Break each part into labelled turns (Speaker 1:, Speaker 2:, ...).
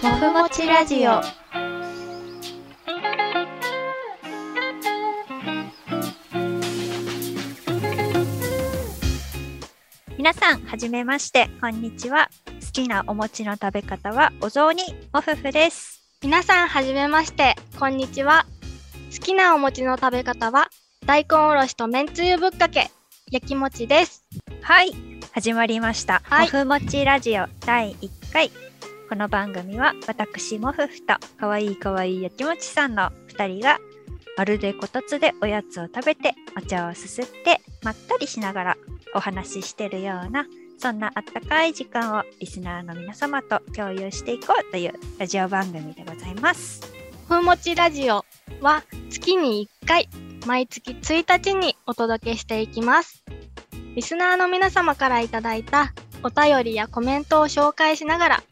Speaker 1: ふもちラジオ皆さんはじめましてこんにちは好きなお餅の食べ方はお雑煮もふふです
Speaker 2: 皆さんはじめましてこんにちは好きなお餅の食べ方は大根おろしとめんつゆぶっかけ焼き餅です
Speaker 1: はい始まりました、
Speaker 2: はい
Speaker 1: もふもちラジオ第1回この番組は私もふふとかわいいかわいいやきもちさんの2人がまるでこたつでおやつを食べてお茶をすすってまったりしながらお話ししてるようなそんなあったかい時間をリスナーの皆様と共有していこうというラジオ番組でございます。
Speaker 2: ふうもちラジオは月に1回毎月1日にお届けしていきますリスナーの皆様からいただいたお便りやコメントを紹介しながら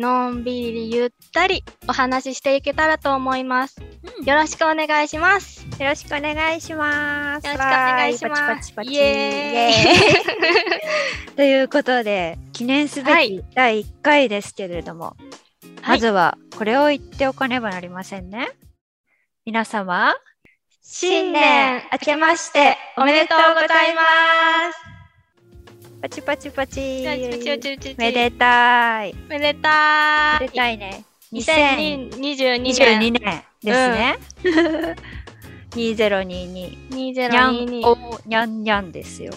Speaker 2: のんびりゆったりお話ししていけたらと思います
Speaker 1: うん
Speaker 2: よろしくお願いします
Speaker 1: よろしくお願いします。
Speaker 2: よろしくお願いします
Speaker 1: わーパチパチパチ
Speaker 2: イエ
Speaker 1: イエーイということで、記念すべ
Speaker 2: は
Speaker 1: き第1回ですけれども、まずはこれを言っておかねばなりませんね。皆様、
Speaker 2: 新年明けましておめでとうございます
Speaker 1: パチパチパチ。め
Speaker 2: め
Speaker 1: でたい。
Speaker 2: めでたー
Speaker 1: めで
Speaker 2: い。
Speaker 1: たいね。2022
Speaker 2: 2022年。
Speaker 1: 年ですね。2022。にゃん
Speaker 2: 2022。
Speaker 1: おにゃんにゃんですよ。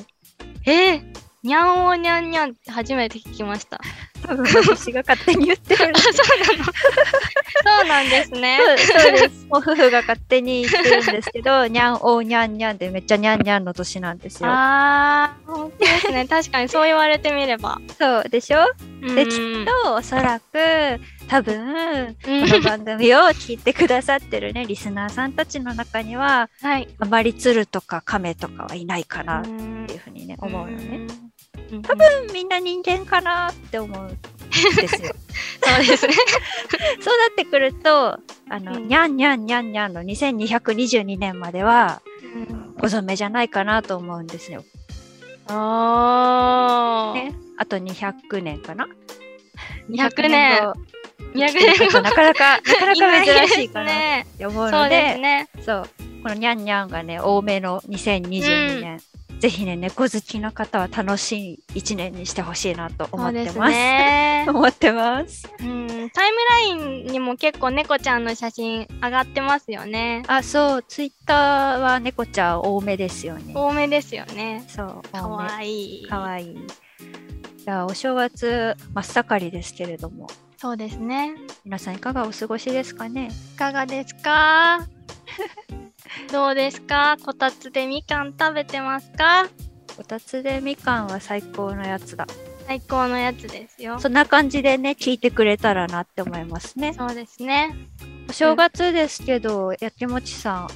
Speaker 2: えー、にゃんおにゃんにゃんって初めて聞きました。
Speaker 1: 多分私が勝手に言ってるんだけど
Speaker 2: そうなんですね。
Speaker 1: そうそうです。もう夫婦が勝手に言ってるんですけど、 にゃんおーにゃんにゃんでめっちゃにゃんにゃんの年なんですよ。
Speaker 2: あー、本当ですね。確かにそう言われてみれば。
Speaker 1: そうでしょできっ
Speaker 2: うん
Speaker 1: とおそらく多分
Speaker 2: う
Speaker 1: こ
Speaker 2: ん
Speaker 1: の番組を聞いてくださってるねリ スナーさんたちの中には
Speaker 2: はい。
Speaker 1: あまり鶴とか亀とかはいないかなっ
Speaker 2: ん
Speaker 1: ていうふうにね思うよね。。
Speaker 2: うん
Speaker 1: 多分みんな人間かなって思うんです よ。
Speaker 2: そうですね。
Speaker 1: そうなってくるとあの、
Speaker 2: うん
Speaker 1: にゃんにゃんにゃんにゃんの2222年までは
Speaker 2: うん
Speaker 1: ご存命じゃないかなと思うんですよ。
Speaker 2: おー
Speaker 1: ね、あと200年かな
Speaker 2: 200年。
Speaker 1: 後
Speaker 2: 200
Speaker 1: っていう
Speaker 2: 年
Speaker 1: ことはなかなかなかなか珍しいかなっ
Speaker 2: ね。
Speaker 1: て思う
Speaker 2: そ
Speaker 1: の
Speaker 2: うです
Speaker 1: で
Speaker 2: ね。
Speaker 1: そうこのニャンニャンがね多めの2022年、ぜひね猫好きな方は楽しい1年にしてほしいなと思
Speaker 2: そう
Speaker 1: って
Speaker 2: で
Speaker 1: ますす
Speaker 2: ね。
Speaker 1: 思ってます
Speaker 2: うん、タイムラインにも結構猫ちゃんの写真上がってますよね。
Speaker 1: あそうツイッターは猫ちゃん多めですよね
Speaker 2: 多めですよね。
Speaker 1: そう
Speaker 2: か
Speaker 1: 多め
Speaker 2: わいい。
Speaker 1: かわいいじゃあお正月真っ盛りですけれども
Speaker 2: そうですね。
Speaker 1: 皆さんいかがお過ごしですかね
Speaker 2: いかがですか どうですかこたつでみかん食べてますか
Speaker 1: こたつでみかんは最高のやつだ
Speaker 2: 最高のやつですよ。そ
Speaker 1: そんな感じでね、聞いてくれたらなって思いますね。
Speaker 2: うですね。
Speaker 1: お正月ですけど、やきもちさん、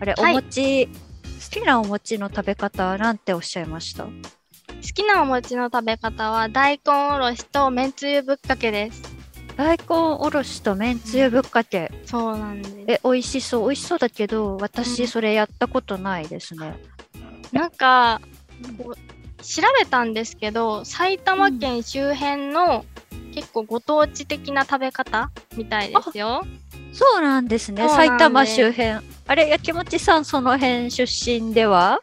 Speaker 1: あれ、
Speaker 2: はい
Speaker 1: お餅、好きなお餅の食べ方なんておっしゃいました
Speaker 2: 好きなお餅の食べ方は大根おろしとめんつゆぶっかけです。
Speaker 1: 大根おろしとめんつゆぶっかけ。
Speaker 2: そうなんです。
Speaker 1: え、美味しそう。美味しそうだけ
Speaker 2: う
Speaker 1: ど、私、
Speaker 2: ん
Speaker 1: それやったことないですね。
Speaker 2: なんかこう調べたんですけど埼玉県周辺の結構ご当地的な食べ方みたいですよ。
Speaker 1: そうなんですね。
Speaker 2: そうなんです
Speaker 1: 埼玉周辺。あれ、やきもちさん、その辺出身では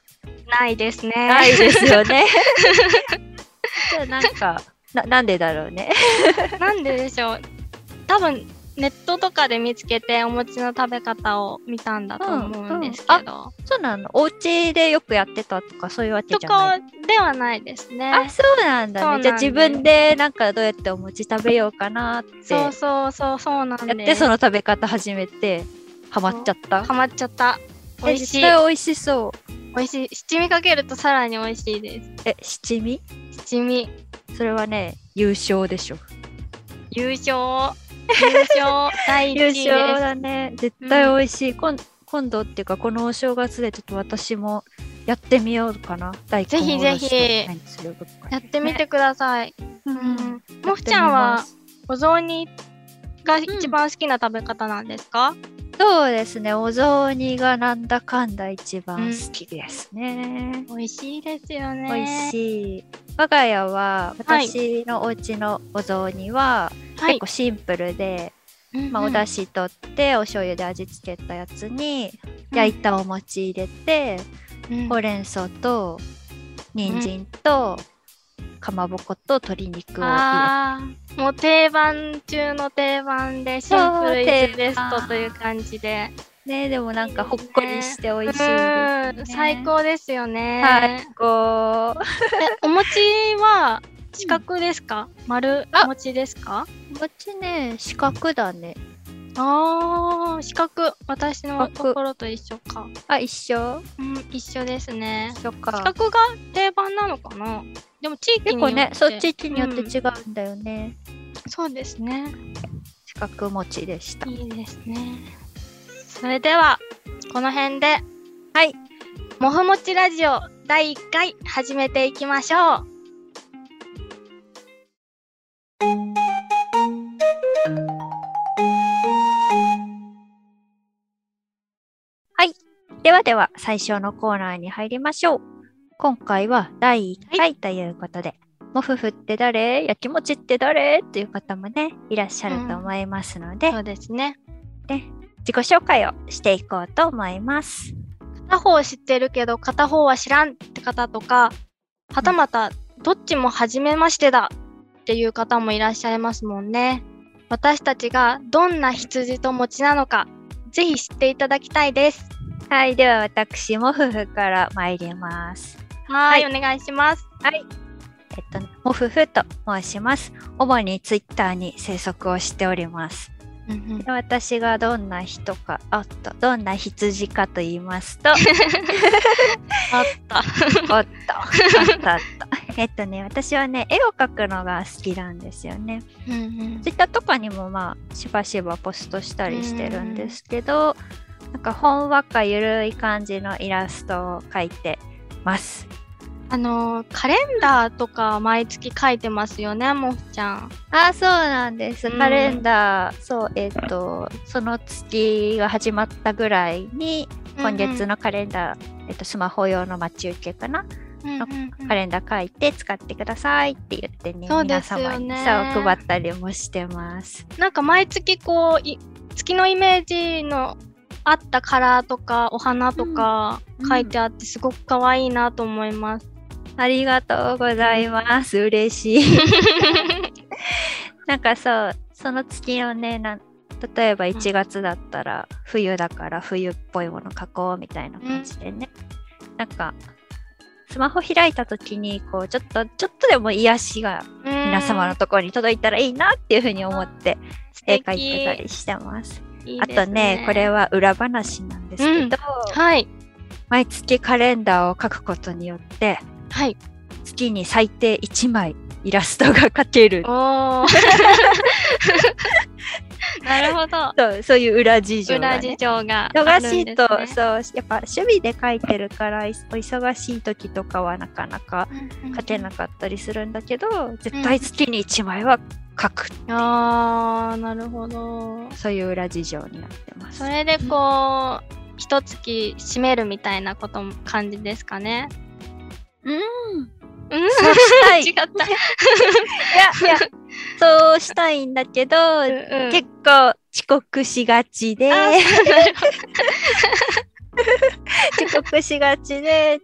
Speaker 2: ないですね。
Speaker 1: ないですよね。 じゃあ、なんか、ななんでだろうね。
Speaker 2: なんででしょう多分ネットとかで見つけてお餅の食べ方を見たんだと思うんですけど、
Speaker 1: うんそうなのお家でよくやってたとかそういうわけ
Speaker 2: と
Speaker 1: じゃな
Speaker 2: か
Speaker 1: い
Speaker 2: ではないです
Speaker 1: あ
Speaker 2: ね。
Speaker 1: そうなんだ
Speaker 2: そうな
Speaker 1: ね
Speaker 2: ん
Speaker 1: じゃあ
Speaker 2: です
Speaker 1: 自分でなんかどうやってお餅食べようかなって
Speaker 2: そ
Speaker 1: や
Speaker 2: うそうそうそうなん
Speaker 1: っ
Speaker 2: で
Speaker 1: て
Speaker 2: す。
Speaker 1: その食べ方始めてハマっちゃった
Speaker 2: ハマっちゃった。美
Speaker 1: え
Speaker 2: 味し
Speaker 1: 絶
Speaker 2: い。
Speaker 1: 対美味しそう
Speaker 2: 美味しい。七味かけるとさらに美味しいで
Speaker 1: え七味
Speaker 2: す。七味。
Speaker 1: それはね優勝でしょ
Speaker 2: 優勝優勝第
Speaker 1: 優
Speaker 2: 1位です
Speaker 1: 勝だね絶対美味しい、今今度っていうかこのお正月でちょっと私もやってみようかな大根
Speaker 2: ぜひぜひやってみてください、
Speaker 1: う
Speaker 2: うんもふちゃんはお雑煮が一番好きな食べ方なんですか、
Speaker 1: そうですね。お雑煮がなんだかんだ一番好きですね。
Speaker 2: 美味しいですよね。
Speaker 1: 美味しい。我が家は
Speaker 2: はい
Speaker 1: 私のお家のお雑煮は
Speaker 2: は
Speaker 1: 結
Speaker 2: い
Speaker 1: 構。シンプルで、まあ、お出汁取ってお醤油で味付けたやつに焼いたお餅入れて、
Speaker 2: うん
Speaker 1: ほうれん草と人参とかまぼこと鶏肉を入
Speaker 2: あーもう定番中の定番でシンプルイズベストという感じで
Speaker 1: れてねでもなんかほっこりして美
Speaker 2: う
Speaker 1: 味しいです、
Speaker 2: ん最高ですよね、
Speaker 1: 最高
Speaker 2: えお餅は四角ですか、丸
Speaker 1: あ
Speaker 2: 餅ですか
Speaker 1: 餅ね四角だね
Speaker 2: あー四角私の
Speaker 1: 四角
Speaker 2: ところと一緒か、
Speaker 1: あ一緒
Speaker 2: うん、一緒ですね
Speaker 1: 一緒
Speaker 2: 四
Speaker 1: か
Speaker 2: 角が定番なのかなでも地域
Speaker 1: 結
Speaker 2: によって
Speaker 1: 構ねそう地域によって違うんだよね、
Speaker 2: そうですね
Speaker 1: 四角餅でした
Speaker 2: いいですねそれではこの辺で
Speaker 1: はい
Speaker 2: もふもちラジオ第1回始めていきましょう。
Speaker 1: ではでは最初のコーナーに入りましょう。今回は第1
Speaker 2: は
Speaker 1: 回ということで、モフフって誰やきもちって誰という方もね、いらっしゃると思いますので、
Speaker 2: そうですね。
Speaker 1: 自己紹介をしていこうと思います。
Speaker 2: 片方知ってるけど片方は知らんって方とか、はたまたどっちも初めましてだっていう方もいらっしゃいますもんね。私たちがどんな羊と餅なのか、ぜひ知っていただきたいです。
Speaker 1: はい、では私、モフフから参ります。
Speaker 2: はーい、
Speaker 1: は
Speaker 2: お願いします。
Speaker 1: えっと、モフフと申します。主にツイッターに生息をしております。で私がどんな人か、あっと、どんな羊かと言いますと、
Speaker 2: あった。
Speaker 1: おっと、おっと、おっと。えっとね、私はね、絵を描くのが好きなんですよね。ツイッターとかにもまあ、しばしばポストしたりしてるんですけど、なんか、ほんわかゆるい感じのイラストを描いてます。
Speaker 2: あのーカレンダーとか毎月書いてますよね、もふちゃん。
Speaker 1: あそうなんです。
Speaker 2: うん
Speaker 1: カレンダー、そう、えっ、と、その月が始まったぐらいに、今月のカレンダー、えっと、スマホ用の待ち受けかな、のカ
Speaker 2: カ
Speaker 1: レンダー書いて使ってくださいって言ってね
Speaker 2: そうで
Speaker 1: 皆
Speaker 2: すよね
Speaker 1: 様にさ配ったりもしてます。
Speaker 2: なんか毎月こうい月のイメージのあったカラーとかお花とか
Speaker 1: うん
Speaker 2: 書いてあってすごく可愛いなと思います。
Speaker 1: ありがとうございます。嬉 しい。なんかそうその月をねなん例えば1月だったら冬だから冬っぽいもの書こうみたいな感じでね、なんかスマホ開いた時にこうちょっとちょっとでも癒しが皆様のところに届いたらいいなっていうふうに思って絵描いてたりしてます。
Speaker 2: り
Speaker 1: あとねこれ
Speaker 2: は、
Speaker 1: は裏話なんですけど、
Speaker 2: うんはい
Speaker 1: 毎月カレンダーを描くことによって
Speaker 2: はい
Speaker 1: 月に最低1枚イラストが描ける
Speaker 2: おーなるほど
Speaker 1: そうそういう裏事情が、
Speaker 2: 裏事
Speaker 1: ね。
Speaker 2: 情があ
Speaker 1: 忙
Speaker 2: る
Speaker 1: し
Speaker 2: ん
Speaker 1: い
Speaker 2: ですね
Speaker 1: と、そうやっぱ趣味で描いてるからいお忙しい時とかはなかなか
Speaker 2: うんうん
Speaker 1: 描けなかったりするんだけど、絶対月に1枚は描く、
Speaker 2: あーなるほど
Speaker 1: そういう裏事情になってます。
Speaker 2: それでこう一月締めるみたいなことも感じですかね
Speaker 1: うん
Speaker 2: うん
Speaker 1: そうしたい
Speaker 2: 違った
Speaker 1: い やいやそうしたいんだけど、
Speaker 2: うんうん
Speaker 1: 結構遅刻しがちで
Speaker 2: あ
Speaker 1: 遅刻しがちで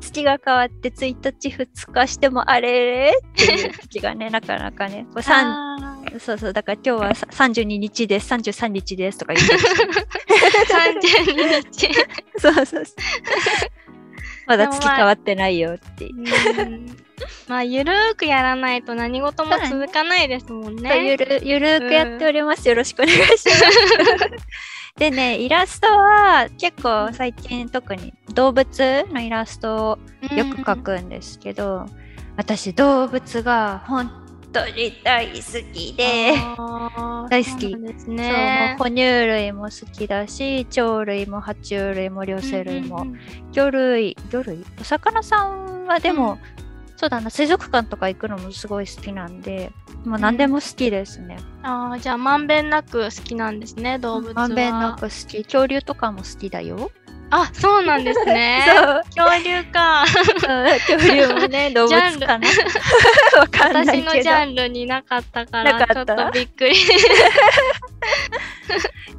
Speaker 1: 月が変わって1日2日してもあれれっていう時 がねなかなかねこう三
Speaker 2: あ
Speaker 1: そうそうだから今日はさ32日です33日ですとか 言って
Speaker 2: ー32日
Speaker 1: そうそうそうまだ月
Speaker 2: でもまあ
Speaker 1: 変わってないよっていう
Speaker 2: うん まあゆるーくやらないと何事も続かないですもん
Speaker 1: そう
Speaker 2: ね。
Speaker 1: ゆるゆるーくやっております、よろしくお願いします でねイラストは結構最近特に動物のイラストをよく描くんですけど、私動物が本当に大好きで、
Speaker 2: あー
Speaker 1: 大好き
Speaker 2: そうなんです
Speaker 1: そうも
Speaker 2: ね
Speaker 1: う。哺乳類も好きだし鳥類も爬虫類も両生類も、
Speaker 2: うんうんうん
Speaker 1: 魚類魚類お魚さんはでも、そうだな水族館とか行くのもすごい好きなんでもう何でも好きですね
Speaker 2: ああ、じゃあ、まんべんなく好きなんですね、動物は。
Speaker 1: まんべんなく好き恐竜とかも好きだよ
Speaker 2: あ、そうなんですね。
Speaker 1: そう
Speaker 2: 恐竜か。
Speaker 1: 恐竜もね動物かな わかんない
Speaker 2: 私
Speaker 1: けど
Speaker 2: のジャンルになかったから、
Speaker 1: な
Speaker 2: ちょ
Speaker 1: かっ
Speaker 2: ったとびっ くり。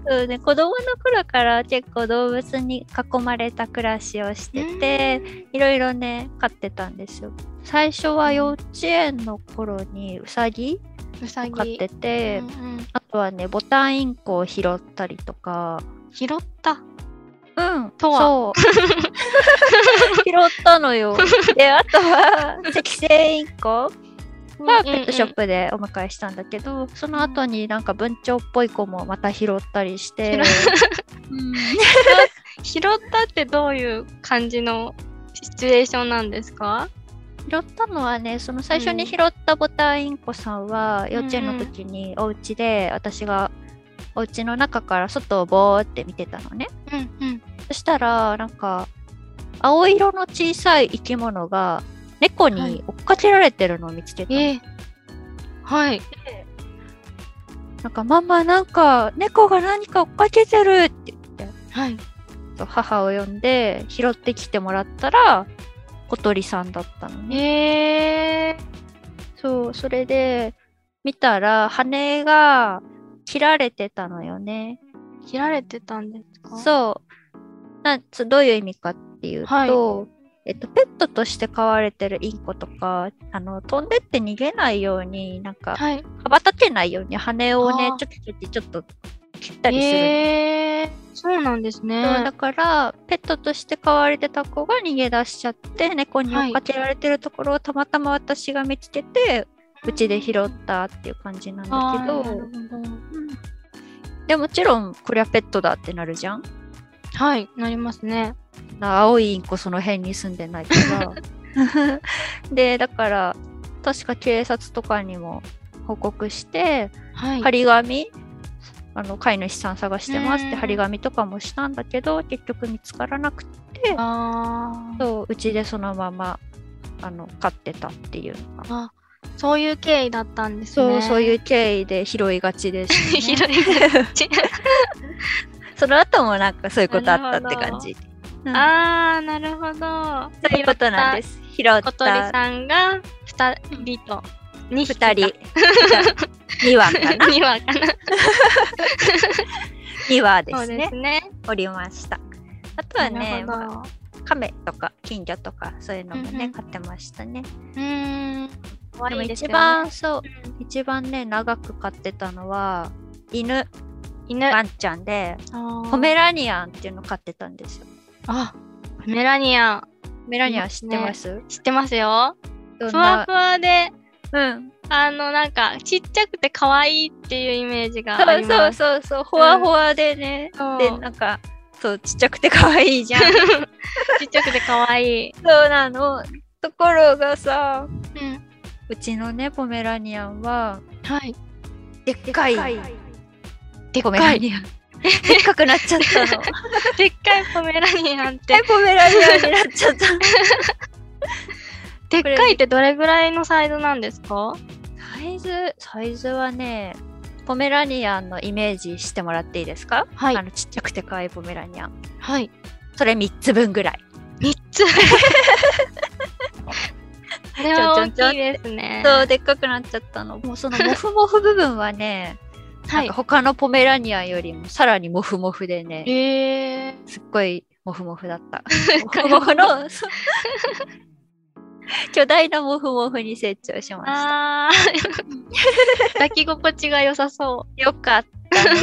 Speaker 1: そうね、子供の頃から結構動物に囲まれた暮らしをしてて、いろいろね飼ってたんですよ最初は幼稚園の頃にウサギ
Speaker 2: うさぎ。
Speaker 1: 飼ってて、
Speaker 2: うんうん
Speaker 1: あとはねボタンインコを拾ったりとか
Speaker 2: 拾った。
Speaker 1: うん
Speaker 2: とは
Speaker 1: そう 拾ったの よであとは赤星インコはペットショップでお迎えしたんだけど、その後になんか文鳥っぽい子もまた拾ったりして、 うん
Speaker 2: 拾ったってどういう感じのシチュエーションなんですか
Speaker 1: 拾ったのはねその最初
Speaker 2: う
Speaker 1: に
Speaker 2: ん
Speaker 1: 拾ったボタンインコさんは、幼稚園
Speaker 2: うんう
Speaker 1: の
Speaker 2: ん
Speaker 1: 時にお家で私がお家の中から外をぼーって見てたのね
Speaker 2: うんうん。
Speaker 1: そしたらなんか青色の小さい生き物が猫
Speaker 2: はい
Speaker 1: に追っかけられてるのを見つけたの、
Speaker 2: ええはい。
Speaker 1: なんか「ママなんか猫が何か追っかけてる!」って言って
Speaker 2: はい。
Speaker 1: そう母を呼んで拾ってきてもらったら小鳥さんだったのね。
Speaker 2: ええ
Speaker 1: そう、それで見たら羽が切られてたのよね。
Speaker 2: 切られてたんですかう。
Speaker 1: そう。なつどういう意味かっていうと、
Speaker 2: はい
Speaker 1: えっと、ペットとして飼われてるインコとかあの飛んでって逃げないようになんか
Speaker 2: はい。
Speaker 1: 羽ばたけないように羽をね
Speaker 2: あー
Speaker 1: ちょきちょきちょっと切ったりするの。
Speaker 2: ええそうなんですね。
Speaker 1: そうだからペットとして飼われてた子が逃げ出しちゃって猫に追っかけられてるところをたまたま私が見つけてうちで拾ったっていう感じなんだけ
Speaker 2: あ
Speaker 1: ど
Speaker 2: ーなるほど
Speaker 1: でもちろんこれはペットだってなるじゃん
Speaker 2: はい、なりますね。
Speaker 1: な青いインコその辺に住んでないから でだから確か警察とかにも報告して
Speaker 2: はい。
Speaker 1: 張り紙あの飼い主さん探してますっ
Speaker 2: うん
Speaker 1: て張り紙とかもしたんだけど結局見つからなくて
Speaker 2: あー
Speaker 1: そううちでそのままあの飼ってたっていうのが
Speaker 2: あ、そういう経緯だったんです
Speaker 1: そう、
Speaker 2: ね。。
Speaker 1: そういう う経緯で拾いがちでし
Speaker 2: 広
Speaker 1: た、ね、
Speaker 2: い感じ。
Speaker 1: その後もなんかそういうことあったって感じ、うん
Speaker 2: あー、なるほど。。
Speaker 1: そういうことなんですす拾った
Speaker 2: 小鳥さんが二人と二匹だ
Speaker 1: 2人 2羽かな
Speaker 2: 二羽かな。
Speaker 1: 2羽で
Speaker 2: そう
Speaker 1: す
Speaker 2: で
Speaker 1: ね
Speaker 2: すね。
Speaker 1: おりましたあとはね、
Speaker 2: なる
Speaker 1: まあ
Speaker 2: ほど。
Speaker 1: 亀とか金魚とかそういうのも
Speaker 2: うんう
Speaker 1: ね、
Speaker 2: ん
Speaker 1: 飼ってましたね
Speaker 2: うーん。可
Speaker 1: でも
Speaker 2: 愛いですよ
Speaker 1: 一
Speaker 2: ね
Speaker 1: 番そう
Speaker 2: うん
Speaker 1: 一番ね長く飼ってたのは犬
Speaker 2: 犬。
Speaker 1: ワンちゃんでポ
Speaker 2: 褒
Speaker 1: メラニアンっていうの飼ってたんですよ
Speaker 2: あ、ポメラニアン。
Speaker 1: ポメラニアン知ってます、
Speaker 2: 知ってますよ。
Speaker 1: どん
Speaker 2: ふわ
Speaker 1: な
Speaker 2: ふわで、
Speaker 1: うん、
Speaker 2: あの、なんか、ちっちゃくて可愛いっていうイメージがあ
Speaker 1: そ
Speaker 2: り
Speaker 1: うそ
Speaker 2: ま
Speaker 1: う
Speaker 2: す。
Speaker 1: そうそうほわほわでね、
Speaker 2: そう
Speaker 1: でなんかそうちっちゃくて可愛い じゃんそう
Speaker 2: ちっちゃくて可愛い。
Speaker 1: なのところがさ
Speaker 2: うん。
Speaker 1: うちのねポメラニアンは
Speaker 2: はい。
Speaker 1: でっかい
Speaker 2: でっ
Speaker 1: ポメ
Speaker 2: か
Speaker 1: ラ
Speaker 2: い。
Speaker 1: ニアンでっかくなっちゃった のでっ
Speaker 2: でっかいポメラニアンっ
Speaker 1: か
Speaker 2: て
Speaker 1: い。ポメラニアンになっち ゃった
Speaker 2: でっかいってどれぐらいのサイズなんですか
Speaker 1: サイズサイズはねポメラニアンのイメージしてもらっていいですか、
Speaker 2: は
Speaker 1: あ
Speaker 2: い。
Speaker 1: のちっちゃくて可愛いポメラニアン
Speaker 2: はい。
Speaker 1: それ3つ分ぐらい
Speaker 2: 三つ。これは大きいですね。
Speaker 1: そうでっかくなっちゃったのもうそのモフモフ部分はね
Speaker 2: は
Speaker 1: なん
Speaker 2: い
Speaker 1: か。他のポメラニアンよりもさらにモフモフでね、
Speaker 2: えー。
Speaker 1: すっごいモフモフだ った。モフモフの、そう巨大なモフモフに成長しました。
Speaker 2: あー 抱き心地が良さそ
Speaker 1: よかった、ね。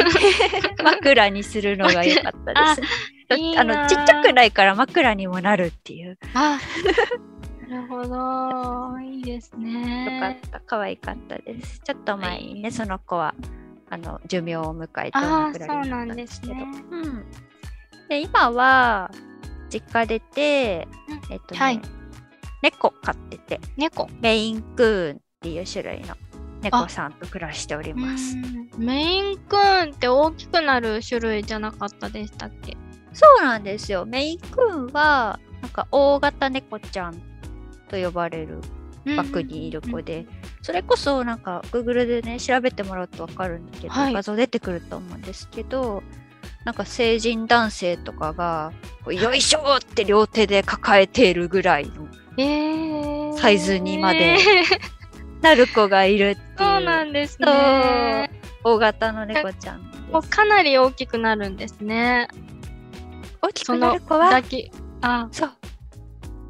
Speaker 1: 枕にするのが良かったですね。
Speaker 2: あ
Speaker 1: あ
Speaker 2: いいな
Speaker 1: のちっちゃくないから枕にもなるっていう。
Speaker 2: う。あ、なるほど。いいですね。
Speaker 1: よかった、可愛かったです。ちょっと前にね、その子はあの寿命を迎えて
Speaker 2: あ
Speaker 1: 亡
Speaker 2: あ、
Speaker 1: く
Speaker 2: そ
Speaker 1: なり
Speaker 2: う
Speaker 1: にな
Speaker 2: な
Speaker 1: った
Speaker 2: ん
Speaker 1: んで
Speaker 2: ですす
Speaker 1: けど。
Speaker 2: ね。
Speaker 1: うん、で今は実家出て
Speaker 2: うん、
Speaker 1: えっとね
Speaker 2: はい
Speaker 1: 猫飼ってて
Speaker 2: 猫。
Speaker 1: メインクーンっていう種類の猫さんと暮らしております。
Speaker 2: メインクーンって大きくなる種類じゃなかったでしたっけ
Speaker 1: そうなんですよメインクーンはなんか大型猫ちゃんと呼ばれる
Speaker 2: うん
Speaker 1: バックにいる子で、それこそなんか Google でね調べてもらうと分かるんだけど、
Speaker 2: はい
Speaker 1: 画像出てくると思うんですけどなんか成人男性とかがこうよいしょーって両手で抱えているぐらいの
Speaker 2: えー、
Speaker 1: サイズにまで
Speaker 2: そう
Speaker 1: なる子がいるっていう
Speaker 2: なんですね。
Speaker 1: 大型の猫ちゃんです
Speaker 2: もうかなり大きくなるんですね。
Speaker 1: 大き
Speaker 2: そ
Speaker 1: くな
Speaker 2: の
Speaker 1: る子は
Speaker 2: 抱きあ
Speaker 1: そう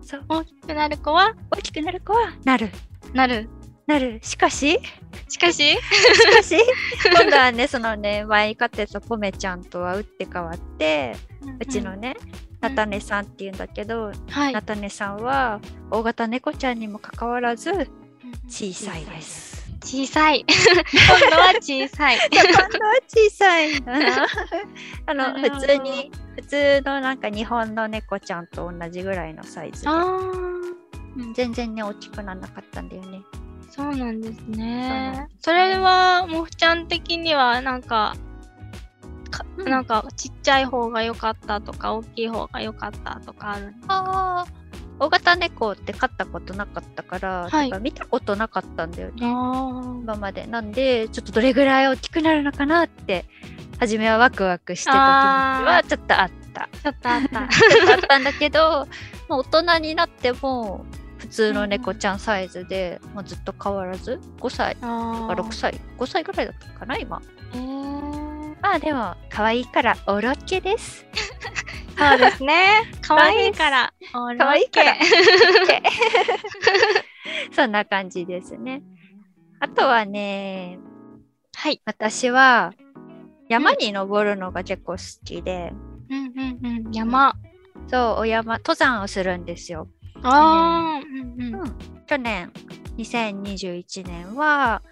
Speaker 1: そう
Speaker 2: 大きくなる子は
Speaker 1: 大きくなる子はなる
Speaker 2: なる。
Speaker 1: なるしか し
Speaker 2: しかし、
Speaker 1: しか し今度はねそのね前に飼ってたポメちゃんとは打って変わってうちの
Speaker 2: ん、
Speaker 1: ね、菜種さんっていうんだけど、
Speaker 2: はい、
Speaker 1: 菜種さんは大型猫ちゃんにもかかわらず小さいです。
Speaker 2: 小さい。 今度は小さい。
Speaker 1: 今度は小さいんだ な。あ
Speaker 2: な
Speaker 1: の
Speaker 2: るほど
Speaker 1: 普通に普通のなんか日本の猫ちゃんと同じぐらいのサイズで、
Speaker 2: あ
Speaker 1: うん全然ね大きくならなかったんだよね。
Speaker 2: ーそうなんです
Speaker 1: そうなん
Speaker 2: ね
Speaker 1: です。
Speaker 2: それはもふちゃん的にはなんか。か
Speaker 1: うん
Speaker 2: なんかちっちゃい方が良かったとか大きい方が良かったとかあるんですか
Speaker 1: あ大型猫って飼ったことなかったから、
Speaker 2: はい
Speaker 1: てか見たことなかったんだよね。
Speaker 2: あ
Speaker 1: 今までなんでちょっとどれぐらい大きくなるのかなって初めはワクワクしてた気持ちはちょっとあった
Speaker 2: ちょっとあった。
Speaker 1: あったんだけど もう大人になっても普通の猫ちゃんサイズで、もうずっと変わらず5歳と
Speaker 2: あ
Speaker 1: か6歳5歳ぐらいだったかな今
Speaker 2: えー
Speaker 1: まあでも可愛いからオールオッケーです
Speaker 2: そうですね。可愛いから。
Speaker 1: 可愛いから
Speaker 2: オールオッケ
Speaker 1: そんな感じですねあとはね
Speaker 2: ーはい。
Speaker 1: 私は山に登るのが結構好きで、
Speaker 2: うんうんうん。山。
Speaker 1: そうお山登山をするんですよ
Speaker 2: ああ。うんうん。
Speaker 1: 去年2021年は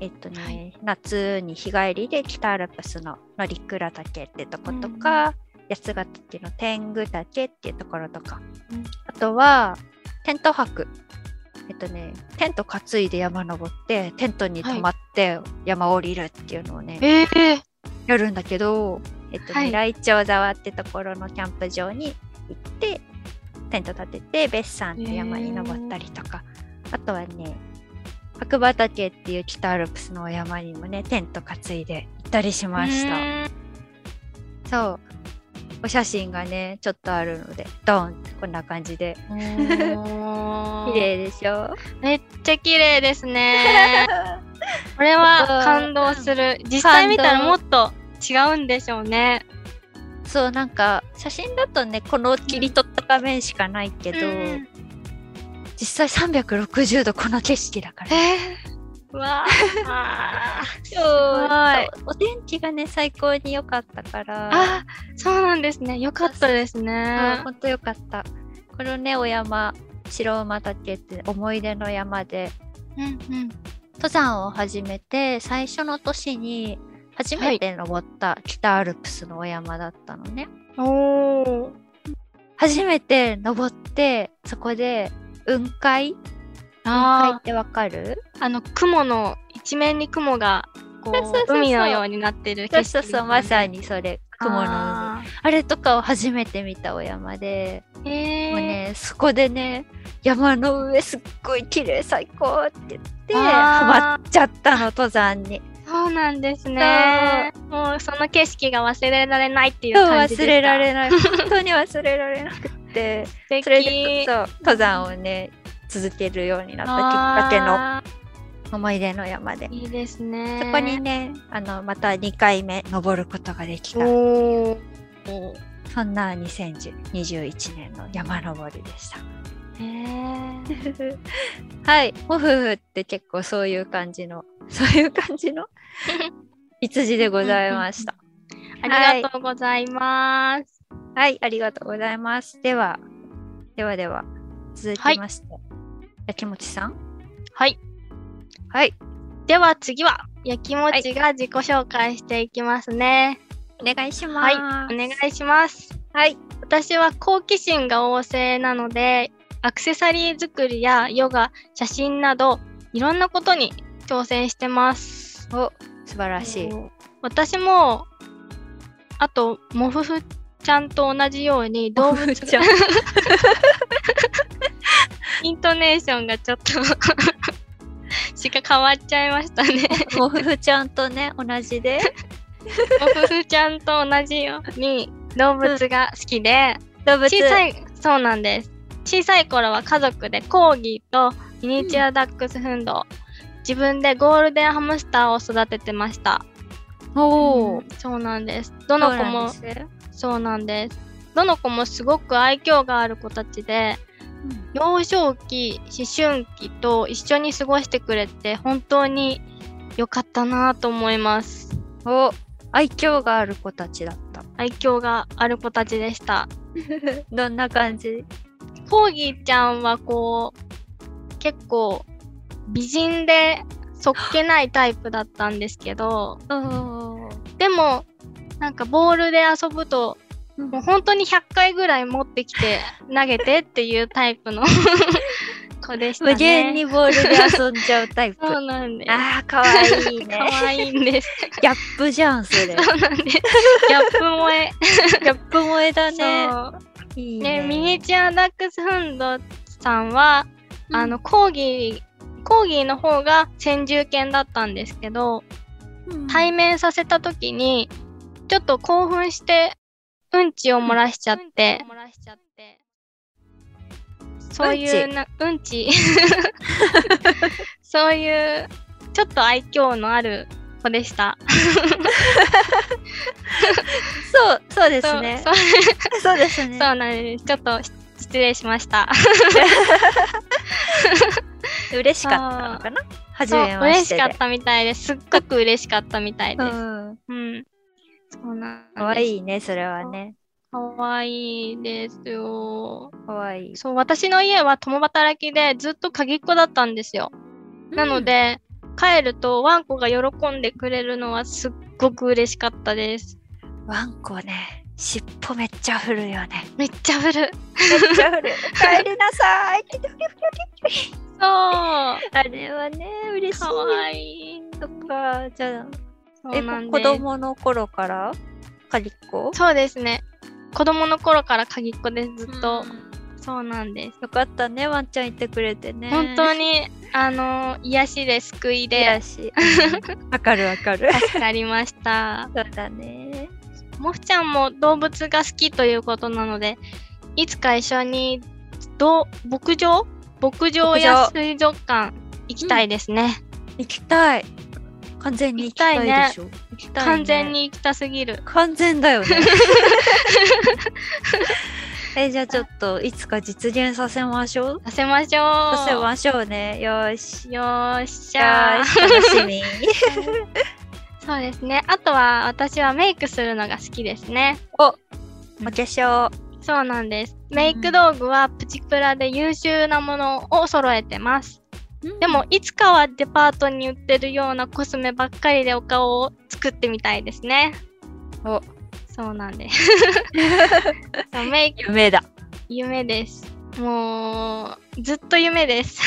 Speaker 1: えっとね、
Speaker 2: はい
Speaker 1: 夏に日帰りで北アルプスの乗鞍岳ってとことか、八ヶ岳の天狗岳っていうところとか、
Speaker 2: うん
Speaker 1: あとはテント泊えっとねテント担いで山登ってテントに泊まって山降りるっていうのをね、
Speaker 2: ええ
Speaker 1: やるんだけど、えっとね
Speaker 2: はい
Speaker 1: 来鳥沢ってところのキャンプ場に行ってテント立てて別山って山に登ったりとか、あとはね白馬岳っていう北アルプスのお山にもねテント担いで行ったりしました
Speaker 2: た。
Speaker 1: そうお写真がねちょっとあるのでドンってこんな感じで 綺
Speaker 2: 綺
Speaker 1: 麗でしょ
Speaker 2: めっちゃ綺麗です ね。これは感動する。実際見たらもっと違うんでしょうね。
Speaker 1: そうなんか写真だとねこの切り取った画面しかないけど、
Speaker 2: うん
Speaker 1: 実際360度この景色だから
Speaker 2: えー、わあ。
Speaker 1: そう
Speaker 2: はい
Speaker 1: お天気がね最高に良かったから
Speaker 2: あ、そうなんですね。よかったですね。
Speaker 1: 本当良かったこのねお山白馬岳って思い出の山で
Speaker 2: うんうん。
Speaker 1: 登山を始めて最初の年に初めて登った北アルプスのお山だったのね、
Speaker 2: おお。
Speaker 1: 初めて登ってそこで雲海雲海
Speaker 2: あ
Speaker 1: ってわかる
Speaker 2: あ、あの雲の一面に雲がこ
Speaker 1: そうそうそう
Speaker 2: う
Speaker 1: そう
Speaker 2: 海のようになってる
Speaker 1: そう
Speaker 2: 景色
Speaker 1: そうそうまさにそれ雲の海あ
Speaker 2: あ
Speaker 1: れとかを初めて見たお山で
Speaker 2: ーへえ。
Speaker 1: もうね、そこでね、山の上すっごい綺麗最高って言って、ハ
Speaker 2: あー
Speaker 1: マっちゃったの、登山に。
Speaker 2: そうなんですね。もうその景色が忘れられないっていう
Speaker 1: そう
Speaker 2: 感じですか。
Speaker 1: 忘れられ ない。本当に忘れられなくって、
Speaker 2: 素敵。
Speaker 1: それでそう登山をね、続けるようになったきっか
Speaker 2: あ
Speaker 1: けの思い出の山で
Speaker 2: ー。。いいですね。
Speaker 1: そこにね、あの、また2回目登ることができた。
Speaker 2: おー。おー
Speaker 1: そんな2021年の山登りでした。
Speaker 2: へー
Speaker 1: はい、モフフって結構そういう感じの、そういう感じ の羊でございました。
Speaker 2: ありがとうございます。
Speaker 1: はい、ありがとうございます。では、ではでは、続きまして、やきもちさん。
Speaker 2: はい。
Speaker 1: はい、
Speaker 2: では次は、やきもちが自己紹介していきますね。
Speaker 1: お願いしま
Speaker 2: は
Speaker 1: す。
Speaker 2: い、お願いします。
Speaker 1: はい、
Speaker 2: 私は好奇心が旺盛なのでアクセサリー作りやヨガ写真などいろんなことに挑戦してます。
Speaker 1: お、素晴らしい。
Speaker 2: 私もあとモフ フちゃんと同じように動物
Speaker 1: ちゃん。
Speaker 2: イントネーションがちょっと しか変わっちゃいました ね。
Speaker 1: もふふちゃんとね、同じで。
Speaker 2: おふふちゃんと同じように動物が好きで、
Speaker 1: 動物。
Speaker 2: 小さいそうなんです小さい頃は家族でコーギーとミニチュアダックスフンドを、自分でゴールデンハムスターを育ててました
Speaker 1: おお。
Speaker 2: そうなんですどの子も
Speaker 1: そうなんです
Speaker 2: そうなんですどの子もすごく愛嬌がある子たちで
Speaker 1: うん
Speaker 2: 幼少期思春期と一緒に過ごしてくれて本当に良かったなと思います
Speaker 1: お、愛嬌がある子たちだった。
Speaker 2: 愛嬌がある子たちでした
Speaker 1: どんな感じ
Speaker 2: コーギーちゃんはこう結構美人でそっけないタイプだったんですけど
Speaker 1: おお。
Speaker 2: でもなんかボールで遊ぶと
Speaker 1: うん
Speaker 2: もう本当に100回ぐらい持ってきて投げてっていうタイプ の子でしたね。
Speaker 1: 無限にボールで遊んじゃうタイプ。
Speaker 2: そうなんです。
Speaker 1: ああ、かわいい
Speaker 2: 可
Speaker 1: ね。
Speaker 2: 愛いんです。
Speaker 1: ギャップじゃん、それ。
Speaker 2: そうなんです。ギャップ萌え。
Speaker 1: ギャップ萌えだね。
Speaker 2: そう
Speaker 1: いい
Speaker 2: ね
Speaker 1: ね。
Speaker 2: ミニチュアダックスフンドさんは、
Speaker 1: うん
Speaker 2: あのコーギーコーギーの方が先住犬だったんですけど
Speaker 1: うん
Speaker 2: 対面させた時にちょっと興奮してうんちを漏らしちゃって、そういうなうんち そういうちょっと愛嬌のある子でした。
Speaker 1: そう、そうですね。
Speaker 2: そうそう
Speaker 1: そうです
Speaker 2: そう
Speaker 1: ね。
Speaker 2: なんです。ちょっと失礼しました。
Speaker 1: 嬉しかったのかな初
Speaker 2: そう
Speaker 1: めま
Speaker 2: 嬉し
Speaker 1: してで。
Speaker 2: かったみたいです。すっごく嬉しかったみたいです。
Speaker 1: うん。
Speaker 2: うん。そうなんです。
Speaker 1: かわいいね、それはね。
Speaker 2: かわいいですよ。
Speaker 1: かわいい。
Speaker 2: そう、私の家は共働きでずっと鍵っ子だったんですよ。なので、帰るとワンコが喜んでくれるのはすっごく嬉しかったです。
Speaker 1: うん、ワンコね、尻尾めっちゃ振るよね。
Speaker 2: めっちゃ振る。
Speaker 1: めっちゃ振る。 帰りなさいって。
Speaker 2: そう。か
Speaker 1: あれはね、嬉しい。
Speaker 2: わ
Speaker 1: い。
Speaker 2: いい。
Speaker 1: とか、じゃあ、
Speaker 2: そう
Speaker 1: え、
Speaker 2: なん
Speaker 1: こ
Speaker 2: で
Speaker 1: 子
Speaker 2: す。
Speaker 1: 供の頃から、カリッコ
Speaker 2: そうですね。子供の頃から鍵っ子です、ずっと。
Speaker 1: うん
Speaker 2: そうなんです。
Speaker 1: よかったね、ワンちゃんいてくれてね。
Speaker 2: 本当
Speaker 1: に。
Speaker 2: に、あの癒しで救いで
Speaker 1: 悔 しい。うんわかるわかる。
Speaker 2: 助かりました。
Speaker 1: そうだね。
Speaker 2: モフちゃんも動物が好きということなのでいつか一緒にどう牧場牧場や
Speaker 1: 牧
Speaker 2: 水族館行きたいですね、
Speaker 1: 行きたい。完全に行きたいでしょ。行きたいね
Speaker 2: 完全。に行きたすぎる
Speaker 1: 完全だよ ね。え、じゃあちょっといつか実現させましょう。
Speaker 2: させましょう
Speaker 1: させましょうね。よーし。
Speaker 2: よっし
Speaker 1: よー
Speaker 2: ゃ
Speaker 1: し、楽しみ。
Speaker 2: そうですねあとは私はメイクするのが好きですね
Speaker 1: お化粧。
Speaker 2: そうなんですメイク道具はプチプラで優秀なものを揃えてますでもいつかはデパートに売ってるようなコスメばっかりでお顔を作ってみたいですね
Speaker 1: お
Speaker 2: そうなんですそうメイク
Speaker 1: 夢だ。
Speaker 2: 夢ですもうずっと夢です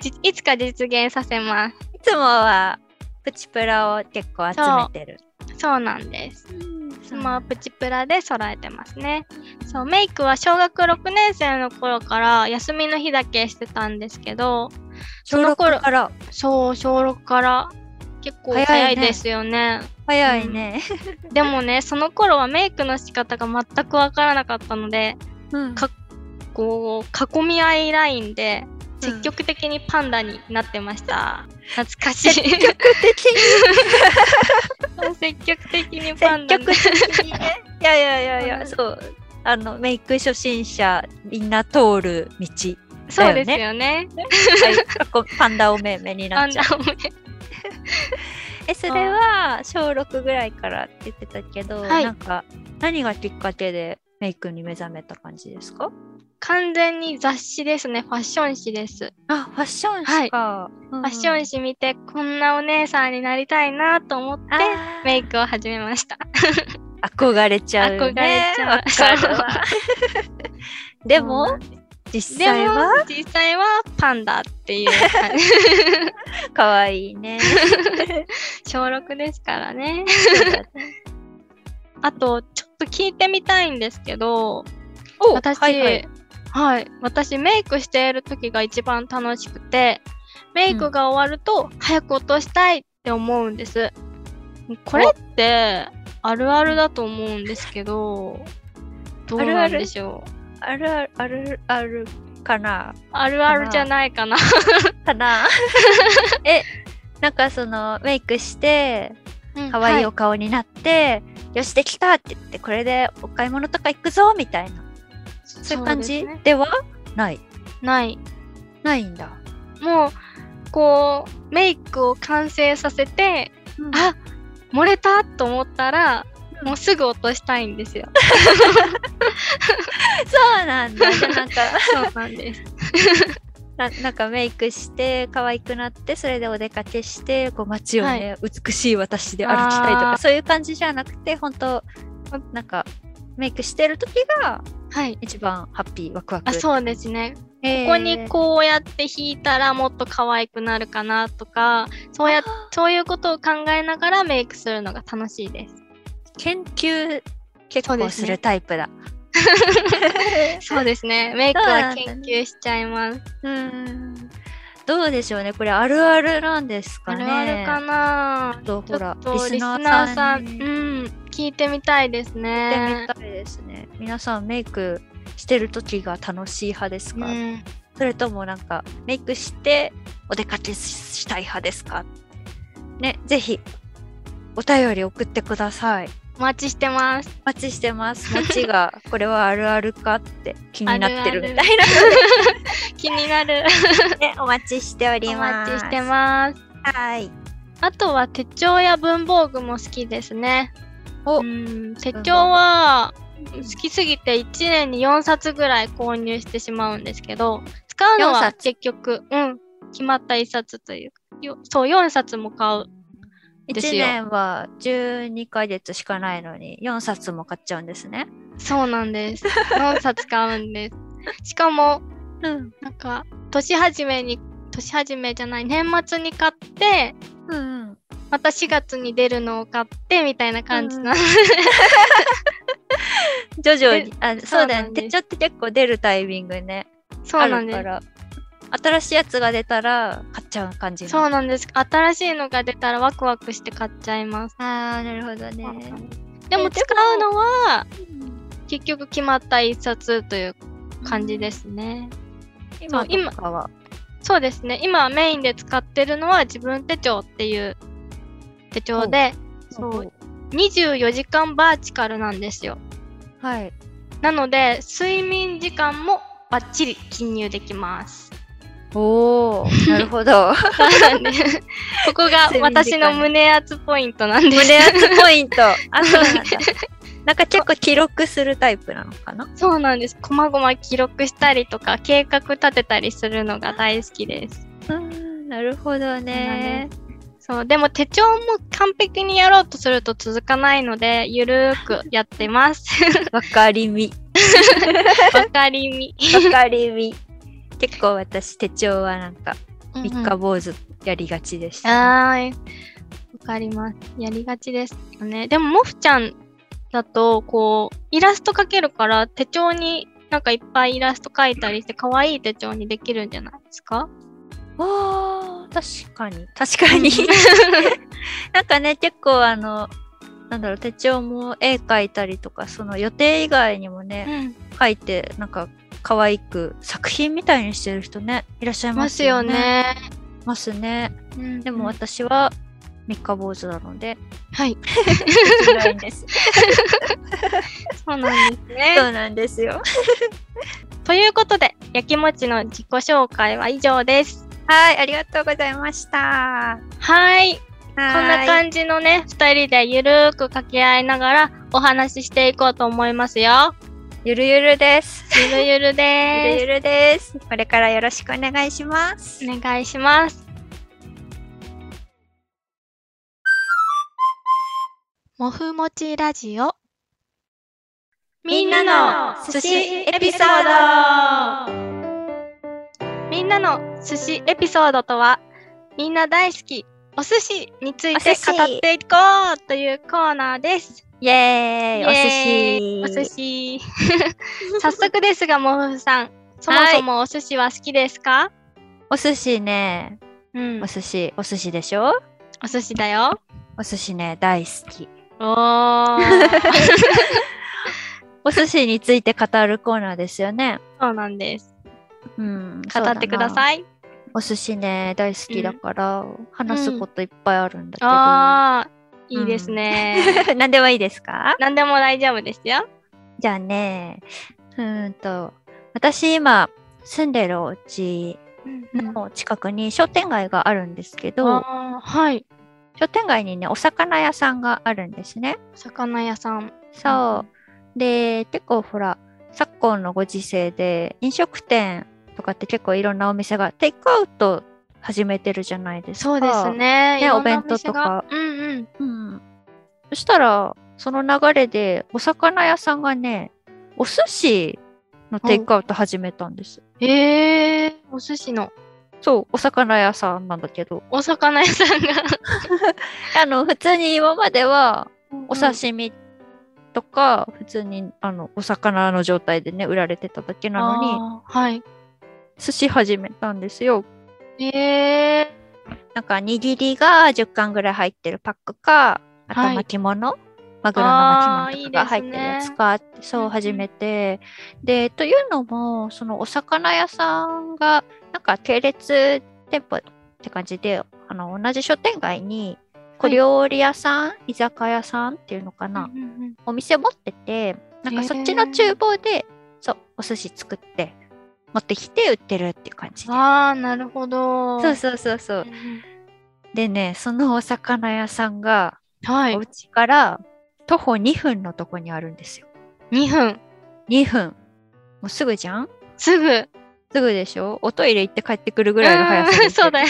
Speaker 2: じいつか実現させます
Speaker 1: いつもはプチプラを結構集めてる。
Speaker 2: そうなんですいつ
Speaker 1: そう
Speaker 2: もはプチプラで揃えてますねそうメイクは小学6年生の頃から休みの日だけしてたメイクしてたんですけど
Speaker 1: 小
Speaker 2: その
Speaker 1: 6
Speaker 2: 頃
Speaker 1: から
Speaker 2: そう小6から結構早
Speaker 1: 早
Speaker 2: い
Speaker 1: いね
Speaker 2: ですよね
Speaker 1: 早いね。
Speaker 2: でもねその頃はメイクの仕方が全くわからなかったので
Speaker 1: うん
Speaker 2: かこう囲み合いラインで積極的にパンダになってました、懐かしい
Speaker 1: 的 に
Speaker 2: 積極的にパン
Speaker 1: 積
Speaker 2: ダに
Speaker 1: 極的にね。いやいやいやいや、
Speaker 2: そ
Speaker 1: そう。あのメイク初心者みんな通る道、
Speaker 2: そうですよね
Speaker 1: はいこパンダお目目に
Speaker 2: パ
Speaker 1: な
Speaker 2: ン
Speaker 1: っち
Speaker 2: ダ
Speaker 1: ゃう。
Speaker 2: おめ
Speaker 1: えそれは小6ぐらいからって言ってたけど、
Speaker 2: はい
Speaker 1: なんか何がきっかけでメイクに目覚めた感じですか
Speaker 2: 完全に雑誌ですねファッション誌です、
Speaker 1: あファッション誌か。フ
Speaker 2: ファッション誌見てこんなお姉さんになりたいなと思ってメイクを始めました
Speaker 1: 憧れちゃう、ね。
Speaker 2: 憧れちゃう
Speaker 1: わかる わでも、実
Speaker 2: で
Speaker 1: 際は
Speaker 2: も実際はパンダっていう感じ
Speaker 1: 可愛い ね。
Speaker 2: 小6ですから ね
Speaker 1: そうだね
Speaker 2: あとちょっと聞いてみたいんですけど
Speaker 1: お
Speaker 2: 私、
Speaker 1: はいはい
Speaker 2: はい私メイクしている時が一番楽しくてメイクが終わると早く落としたいって思うんです、これってあるあるだと思うんですけどどうなんでしょう
Speaker 1: あるあるあるあるかな
Speaker 2: あるあるじゃないかな
Speaker 1: かな えなんかそのメイクして
Speaker 2: うん
Speaker 1: 可愛い
Speaker 2: は
Speaker 1: お顔になって、よしできたって言ってこれでお買い物とか行くぞみたいなそういう感じ
Speaker 2: そ
Speaker 1: で,、
Speaker 2: うですね
Speaker 1: はない
Speaker 2: ない
Speaker 1: ないんだ、
Speaker 2: もうこうメイクを完成させて
Speaker 1: うん
Speaker 2: あ漏れたと思ったら
Speaker 1: うん
Speaker 2: もうすぐ落としたいん ですよ。
Speaker 1: そうなんだじゃ あなんか
Speaker 2: そうなんです。
Speaker 1: ななんかメイクして可愛くなってそれでお出かけしてこう街をね、美しい私で歩きたいと
Speaker 2: あ
Speaker 1: か
Speaker 2: ー
Speaker 1: そういう感じじゃなくて本当なんかメイクしてる時が
Speaker 2: はい。
Speaker 1: 一番ハッピーワクワク
Speaker 2: あ、そうですね。
Speaker 1: へー
Speaker 2: ここにこうやって引いたらもっと可愛くなるかなとか、そうやそういうことを考えながらメイクするのが楽しいです。
Speaker 1: 研究結
Speaker 2: そうで
Speaker 1: 構
Speaker 2: すね
Speaker 1: するタイプだ。
Speaker 2: そうですね。 メイク
Speaker 1: そうな
Speaker 2: は
Speaker 1: んだ
Speaker 2: 研
Speaker 1: ね
Speaker 2: 究しちゃいます。
Speaker 1: うんどうでしょうねこれあるあるなんです
Speaker 2: あ
Speaker 1: かね。
Speaker 2: るあるかな。
Speaker 1: ちょっとほら
Speaker 2: ちょっとリ
Speaker 1: リ
Speaker 2: スナ
Speaker 1: ス
Speaker 2: ー
Speaker 1: ナー
Speaker 2: さ
Speaker 1: さ
Speaker 2: ん、
Speaker 1: ん
Speaker 2: う
Speaker 1: に
Speaker 2: ん、聞いてみたいです
Speaker 1: やってみ
Speaker 2: ね。
Speaker 1: たいですね。皆さんメイクしてる時が楽しい派ですか、
Speaker 2: うん、
Speaker 1: それともなんかメイクしてお出かけししたい派ですかねぜひお便り送ってください。
Speaker 2: お待ちしてます。
Speaker 1: お待ちして ます。もちがこれはあるあるかって気になってるみたいな
Speaker 2: 気になる。
Speaker 1: ね、お待ちしており
Speaker 2: お
Speaker 1: ます。
Speaker 2: 待ちしてます。
Speaker 1: す。はい。
Speaker 2: あとは手帳や文房具も好きですね。
Speaker 1: お
Speaker 2: うん手帳は好きすぎて1年に4冊ぐらい購入してしまうんですけど使うの
Speaker 1: 4
Speaker 2: は
Speaker 1: 冊
Speaker 2: 結局、うん、決まった1冊というかよそう4冊も買う
Speaker 1: 1
Speaker 2: ですよ
Speaker 1: 年は12ヶ月しかないのに4冊も買っちゃうんですね。
Speaker 2: そうなんです 4冊買うんですしかも
Speaker 1: うん。
Speaker 2: なんか年始めに年始めじゃない年末に買って
Speaker 1: うん、
Speaker 2: また4月に出るのを買ってみたいな感じな、
Speaker 1: う徐々にあそうだ
Speaker 2: そうな
Speaker 1: よね
Speaker 2: んです
Speaker 1: 手帳って結構出るタイミングね
Speaker 2: そうなんで
Speaker 1: あ
Speaker 2: す
Speaker 1: るから新しいやつが出たら買っちゃう感じ
Speaker 2: そううなんです新しいのが出たらワクワクして買っちゃいます
Speaker 1: あーなるほどね、
Speaker 2: でも
Speaker 1: えで
Speaker 2: 使
Speaker 1: も
Speaker 2: うのは結局決まった一冊という感じですすね。
Speaker 1: 今
Speaker 2: 今
Speaker 1: 今とかは
Speaker 2: そうですね。今メインで使ってるのは自分手帳っていう手帳で、そう24時間バーチカルなんですよ。
Speaker 1: はい
Speaker 2: なので睡眠時間もバッチリ記入でき ます。
Speaker 1: おおなるほど
Speaker 2: そうなんですここが
Speaker 1: 睡眠時
Speaker 2: 私
Speaker 1: 間
Speaker 2: の胸熱ポイントなんです。
Speaker 1: 胸圧ポイ ントあそうなんだなんか結構記録するタイプなのかな
Speaker 2: そうなんです。こまごま記録したりとか計画立てたりするのが大好きです。
Speaker 1: うんなるほどね
Speaker 2: そうでも手帳も完璧にやろうとすると続かないのでゆるーくやってます
Speaker 1: わかりみ
Speaker 2: わかりみ
Speaker 1: わかりみ 結構私手帳はなんか三日
Speaker 2: も
Speaker 1: 坊主やりがちでした、
Speaker 2: はーいわかりますやりがちですよねでももふちゃんだとこうイラスト描けるから手帳になんかいっぱいイラスト描いたりして可愛い手帳にできるんじゃないですか
Speaker 1: あー確かに確 かに なんかね結構あのなんだろう手帳も絵描いたりとかその予定以外にも
Speaker 2: う
Speaker 1: ね
Speaker 2: ん
Speaker 1: 描いてなんか可愛く作品みたいにしてる人ねいらっしゃい
Speaker 2: ま
Speaker 1: ますす
Speaker 2: よ
Speaker 1: よね。
Speaker 2: ね、
Speaker 1: ますね。
Speaker 2: うん
Speaker 1: でも私は三日坊主なの で
Speaker 2: はい
Speaker 1: できないんです。
Speaker 2: そうなんですね
Speaker 1: そうなんですよ。
Speaker 2: ということでやきもちの自己紹介は以上です
Speaker 1: はいありがとうございました。
Speaker 2: はい。
Speaker 1: こん
Speaker 2: こんな感じのね、二人でゆるーく掛け合いながらお話ししていこうと思いますよ。
Speaker 1: ゆるゆるです。
Speaker 2: ゆるゆる
Speaker 1: ゆるゆ
Speaker 2: で
Speaker 1: るです。これからよろしくお願いします
Speaker 2: す。。お願いします。もふもちラジオ。みんなの寿司エピソードみんなの寿司エピソードとはみんな大好きお寿司について
Speaker 1: お寿司
Speaker 2: 語っていこうというコーナーです。
Speaker 1: イエーイ
Speaker 2: イエーイお
Speaker 1: お寿 司
Speaker 2: 寿司早速ですがもふさんそもそもお寿司は好きですか、
Speaker 1: お寿司ね、
Speaker 2: うん
Speaker 1: お。寿司、お寿司でしょ
Speaker 2: お寿司だよ。
Speaker 1: お寿司ね、大好き。
Speaker 2: お ー。
Speaker 1: お寿司について語るコーナーですよね。
Speaker 2: そうなんです。
Speaker 1: うん、
Speaker 2: 語ってくだ
Speaker 1: い。
Speaker 2: さい。
Speaker 1: お寿司ね、大好きだから、話すこといっぱいあるんだけど。
Speaker 2: あー、いいですね。
Speaker 1: 何でもいいですか
Speaker 2: 何でも大丈夫ですよ。
Speaker 1: じゃあね、うーんと、私今、住んでるお家の近くに商店街があるんですけど、
Speaker 2: あーはい。
Speaker 1: 商店街にね、お魚屋さんがあるんですね。
Speaker 2: 魚屋さん。
Speaker 1: そう。で、結構ほら、昨今のご時世で、飲食店とかって結構いろんなお店がテイクアウト始めてるじゃないですか。
Speaker 2: そうです。ね。
Speaker 1: ね
Speaker 2: いろんな
Speaker 1: お弁当とか
Speaker 2: お店が。うんうん。
Speaker 1: うん。そしたら、その流れで、お魚屋さんがね、お寿司のテイクアウト始めたんです。
Speaker 2: えー、お寿司の
Speaker 1: そう、お魚屋さんなんだけど。
Speaker 2: お魚屋さんが。
Speaker 1: あの、普通に今までは、 お刺身とか、普通に、あの、お魚の状態でね、売られてただけなのに、
Speaker 2: のに。はい。
Speaker 1: 寿司始めたんですよ。
Speaker 2: え
Speaker 1: なんか、握りが10巻ぐらい入ってるパックか、あと
Speaker 2: はい
Speaker 1: 巻物、マグロの巻
Speaker 2: あー
Speaker 1: 物
Speaker 2: いい
Speaker 1: と
Speaker 2: ですね
Speaker 1: かが入ってるやつかって、
Speaker 2: うん
Speaker 1: そううん始めて、で、というのも、そのお魚屋さんが、なんか系列店舗って感じで、あの、同じ商店街に、小料理屋さん、居酒屋さんっていうのか
Speaker 2: ー。
Speaker 1: な、
Speaker 2: うんうんうん
Speaker 1: お店持ってて、なんかそっち
Speaker 2: へ
Speaker 1: の
Speaker 2: ー
Speaker 1: 厨房で、そう、お寿司作って、持ってきて売ってるっていう感じで。
Speaker 2: ああ、なるほど。
Speaker 1: そうそうそうそう。
Speaker 2: うんうん
Speaker 1: でね、そのお魚屋さんが、
Speaker 2: は
Speaker 1: お
Speaker 2: い。
Speaker 1: 家から徒歩2分のとこにあるんですよ。
Speaker 2: 2分。
Speaker 1: 2分。もうすぐじゃん
Speaker 2: すぐ。
Speaker 1: すぐでしょおトイレ行って帰ってくるぐらいの速さ
Speaker 2: う
Speaker 1: で
Speaker 2: ん そうだよ。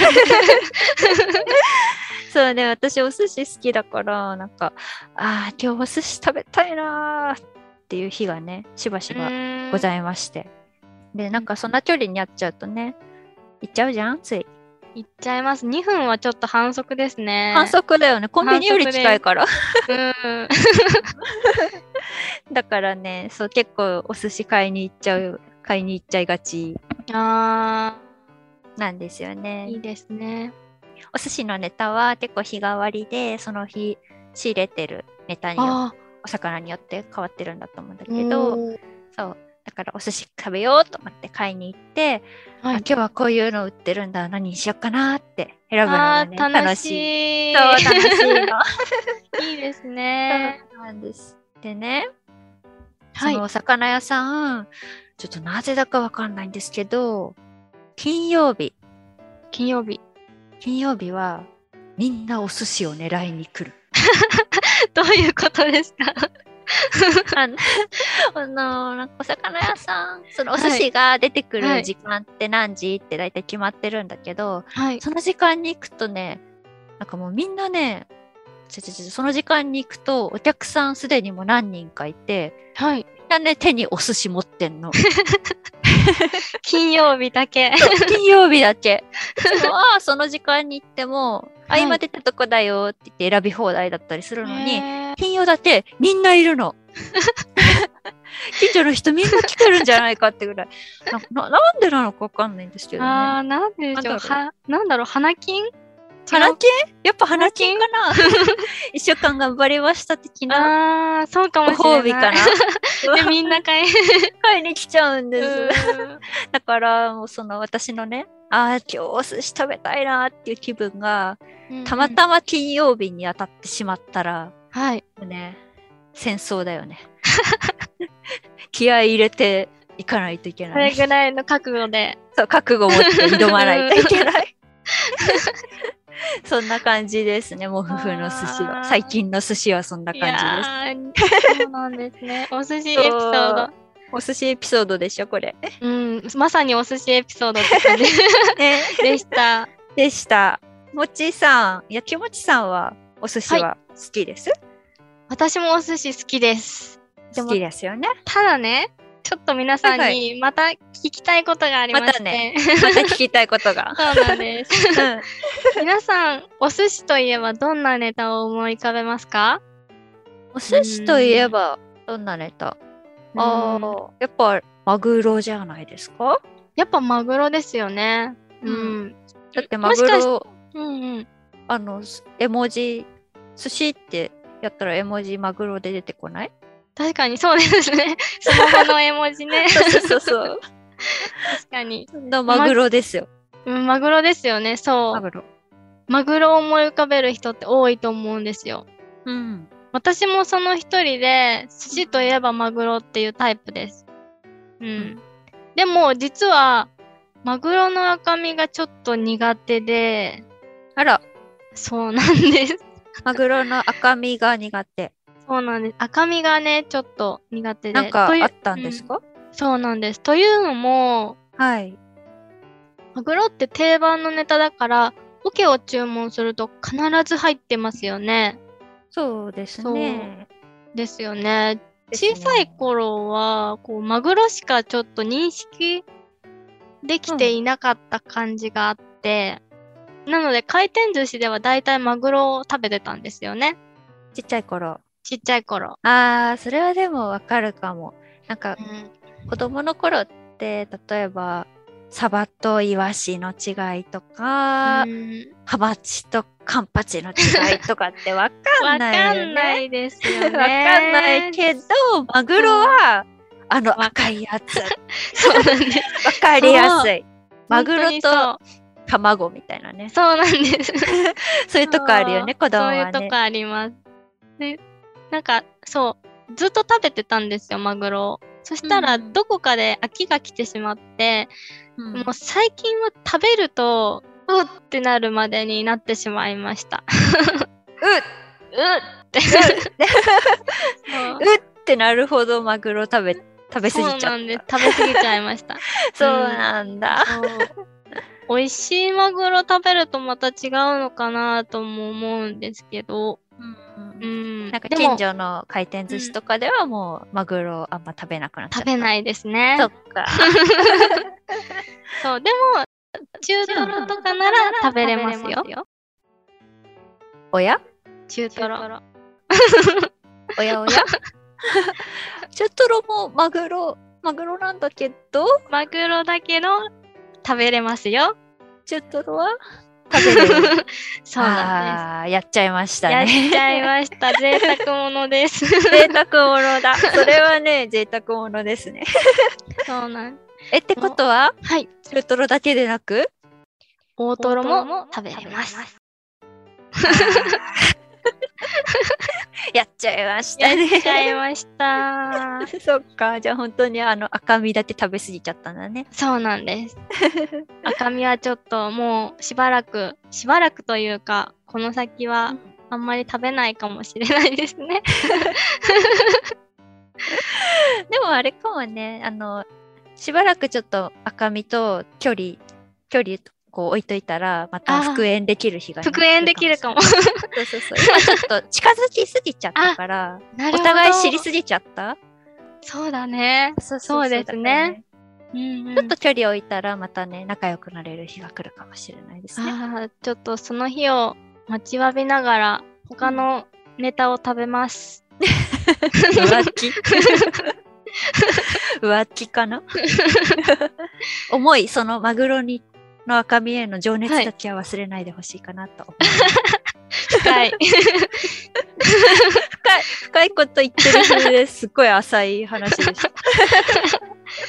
Speaker 1: そうね、私お寿司好きだから、なんか、ああ、今日お寿司食べたいなーっていう日がね、しばしばございまして。で、なんかそんな距離にあっちゃうとね、行っちゃうじゃんつい。
Speaker 2: いっちゃいます。2分はちょっと反則ですね。
Speaker 1: 反則だよね。コンビニより近いから。
Speaker 2: うん。
Speaker 1: だからね、そう結構お寿司買いに行っちゃう、買いに行っちゃいがち
Speaker 2: あ
Speaker 1: なんですよ
Speaker 2: あ、
Speaker 1: ね
Speaker 2: い。いですね。
Speaker 1: お寿司のネタは結構日替わりで、その日仕入れてるネタによ
Speaker 2: あ
Speaker 1: お魚によって変わってるんだと思うんだ
Speaker 2: あ、
Speaker 1: けど、
Speaker 2: おー、
Speaker 1: そう。だからお寿司食べようと思って買いに行って、あ
Speaker 2: はい
Speaker 1: 今。日はこういうの売ってるんだ、何にしようかなって選ぶのが、
Speaker 2: あ
Speaker 1: ね、
Speaker 2: ー楽しい。
Speaker 1: そう、楽しいの。
Speaker 2: い。いですね。
Speaker 1: そうなんです。でね、
Speaker 2: は
Speaker 1: その
Speaker 2: い。
Speaker 1: お魚屋さん、ちょっとなぜだかわかんないんですけど、金曜日、
Speaker 2: 金曜日。
Speaker 1: 金曜日はみんなお寿司を狙いに来る。
Speaker 2: どういうことですか
Speaker 1: あの、あのなんかお魚屋さん、そのお寿司が出てく
Speaker 2: は
Speaker 1: る
Speaker 2: い
Speaker 1: 時間って何時って大体決まってるんだけど、
Speaker 2: はい。
Speaker 1: その時間に行くとね、なんかもうみんなね、ちょちょちょその時間に行くとお客さんすでにもう何人かいて、
Speaker 2: はい。
Speaker 1: みんなね、手にお寿司持って んの。
Speaker 2: 金曜日だけ。
Speaker 1: 金曜日 だけ。そのあその時間に行っても、
Speaker 2: はい
Speaker 1: あ、今出たとこだよって言って選び放題だったりするのに、
Speaker 2: へー
Speaker 1: 金曜だけみんないるの。近所の人みんな来てるんじゃないかって ぐらい。なななんでなのかわかんないんですけどね。
Speaker 2: ああ、なんでしょう。
Speaker 1: なんだろ
Speaker 2: は、なんだろう、花金
Speaker 1: 花金やっぱ花金かな 一週間頑張りました的な
Speaker 2: ああー、そうか
Speaker 1: ご
Speaker 2: もしれない。
Speaker 1: 褒美かな
Speaker 2: で、 みんな買え
Speaker 1: 買いに来ちゃうんです。
Speaker 2: る。
Speaker 1: だから、もうその私のね、ああ、今日お寿司食べたいなっていう気分が、たまたま金曜日に当たってしまったら、
Speaker 2: ま。はい。
Speaker 1: もうね、戦争だよね。 気合い入れていかないといけ
Speaker 2: そ
Speaker 1: ない。
Speaker 2: れぐらいの覚悟で。
Speaker 1: そう、覚悟を持って挑まないといけない。そんな 感じですね、もふふの寿司
Speaker 2: あー
Speaker 1: は。最近の寿司はそんない感じです。
Speaker 2: やーそうなんです ね。お寿司エピソー
Speaker 1: お寿司エピソードでしょ、これ。
Speaker 2: ド。うん、まさにお寿司エピソードって 感じ
Speaker 1: ね、
Speaker 2: でした。
Speaker 1: でした。もっちーさん、やきもちさんはお寿司は好きです、
Speaker 2: 私もお寿司好きです。でも
Speaker 1: 好きですよね。
Speaker 2: ただね、ちょっと皆さん
Speaker 1: は
Speaker 2: にまた聞きたいことがありまして。。
Speaker 1: またね また聞きたいことが
Speaker 2: そうなんです。
Speaker 1: うん
Speaker 2: 皆さん、お寿司といえばどんなネタを思い浮かべますか
Speaker 1: お寿司といえば、どんなネタあ
Speaker 2: うん
Speaker 1: あ、やっぱマグロじゃないですか
Speaker 2: やっぱマグロですよね。う。
Speaker 1: うんだってマグ
Speaker 2: もしかし
Speaker 1: ロ
Speaker 2: うんうん。
Speaker 1: あのす絵文字寿司ってやったら絵文字マグロで出てこない
Speaker 2: 確かにそうです ね。スマホの絵文字ね。
Speaker 1: そうそうそう
Speaker 2: 確かに。
Speaker 1: そうのマグロですよ
Speaker 2: うん、マグロですよね。そ
Speaker 1: マ
Speaker 2: う。
Speaker 1: グロ
Speaker 2: マグロを思い浮かべる人って多いと思うんですよ。
Speaker 1: うん
Speaker 2: 私もその一人で、寿司といえばマグロっていうタイプです。うん。
Speaker 1: ん
Speaker 2: でも、実は、マグロの赤身がちょっと苦手で、
Speaker 1: あら
Speaker 2: そうなんです。
Speaker 1: マグロの赤身が苦 手
Speaker 2: そうなんです。赤身がね、ちょっと苦手で。
Speaker 1: なんか
Speaker 2: という
Speaker 1: あったんですか、
Speaker 2: そうなんです。というのも、
Speaker 1: はい
Speaker 2: マグロって定番のネタだから、オケを注文すると必ず入ってますよね。
Speaker 1: そうですね
Speaker 2: ですよね。
Speaker 1: ですね
Speaker 2: 小さい頃は、こう、マグロしかちょっと認識できていなかった感じがあって、なので回転寿司では大体マグロを食べてたんですよね。
Speaker 1: ちっちゃい頃
Speaker 2: ちっちゃい頃。
Speaker 1: あーそれはでもわかるかもなんか
Speaker 2: うん
Speaker 1: 子供の頃って例えばサバとイワシの違いとか、
Speaker 2: うん
Speaker 1: ハマチとカンパチの違いとかってわか
Speaker 2: わか
Speaker 1: んないよ
Speaker 2: んな
Speaker 1: ね。
Speaker 2: いです
Speaker 1: わ
Speaker 2: よ
Speaker 1: か
Speaker 2: ね。
Speaker 1: んないけどマグロは、あの赤いやつわ
Speaker 2: そう なんです。
Speaker 1: かりやすい。マグロ
Speaker 2: 本当にそう
Speaker 1: と卵みたいなね
Speaker 2: そうなんです。
Speaker 1: そういうとこあるよね子供はね。
Speaker 2: そういうとこあります。で、なんか、そう、ずっと食べてたんですよ、マグロを。そしたら、
Speaker 1: うん
Speaker 2: どこかで飽きが来てしまって、
Speaker 1: うん
Speaker 2: もう最近は食べると、うってなるまでになってしまいました。うっ て。そう
Speaker 1: うってなるほどマグロ食べ食べ過ぎちゃ
Speaker 2: そ
Speaker 1: っ
Speaker 2: う
Speaker 1: た。
Speaker 2: なんです。食べ過ぎちゃいま した。
Speaker 1: そうなんだ。
Speaker 2: そう美味しいマグロ食べるとまた違うのかなとも思うんですけど、
Speaker 1: うん
Speaker 2: うん。
Speaker 1: なんか
Speaker 2: で
Speaker 1: 近
Speaker 2: も
Speaker 1: 所の回転寿
Speaker 2: う
Speaker 1: 司
Speaker 2: ん
Speaker 1: とかではもうマグロあんま食べなくなっちゃっ
Speaker 2: 食
Speaker 1: た。。
Speaker 2: べないいですね。
Speaker 1: そっ か。
Speaker 2: そう、でも、中トロとかなら食べれますよ。
Speaker 1: おや
Speaker 2: 中トロ。
Speaker 1: おや おや中トロもマグロ、マグロなんだけど、
Speaker 2: マグロだけど、食べれます よ。
Speaker 1: 中トロは食べ れる。
Speaker 2: そうなんで
Speaker 1: あーやっちゃいまし
Speaker 2: す。
Speaker 1: た
Speaker 2: やっ
Speaker 1: ね。
Speaker 2: ちゃいま した。贅沢者です。
Speaker 1: 贅沢者だ。それはね、贅沢者ですね。
Speaker 2: そうなん
Speaker 1: え、ってことは、
Speaker 2: はい。
Speaker 1: 中トロだけでなく
Speaker 2: 大トロも食べれます。
Speaker 1: やっちゃいました
Speaker 2: やっ
Speaker 1: ね。
Speaker 2: ちゃいま した。
Speaker 1: そっか。じゃあ本当にあの赤身だけ食べ過ぎちゃったんだね。
Speaker 2: そうなん です。赤身はちょっともうしばらく、しばらくというか、この先はあんまり食べないかもしれないですね。
Speaker 1: でもあれかもね、あの、しばらくちょっと赤身と距離、距離こう置いといたら、ま
Speaker 2: あ
Speaker 1: た
Speaker 2: ー
Speaker 1: 復縁できる日がね、
Speaker 2: 復縁できるかも。
Speaker 1: そうそうそう。今ちょっと近づきすぎちゃったから、
Speaker 2: なるほ
Speaker 1: お
Speaker 2: ど
Speaker 1: 互い知りすぎちゃった
Speaker 2: そうだね。
Speaker 1: そう
Speaker 2: そうですね。うんうん、ち
Speaker 1: ちょっと距離を置いたらまたね、仲良くなれる日が来るかもしれないですね。
Speaker 2: あーちょっとその日を待ちわびながら他のネタを食べます。
Speaker 1: 浮気浮気かな重い、そのマグロに、の赤身への情熱だけは忘れないでほしいかなと思います
Speaker 2: はい。
Speaker 1: 深いこと言ってる風ですごい浅い話でした。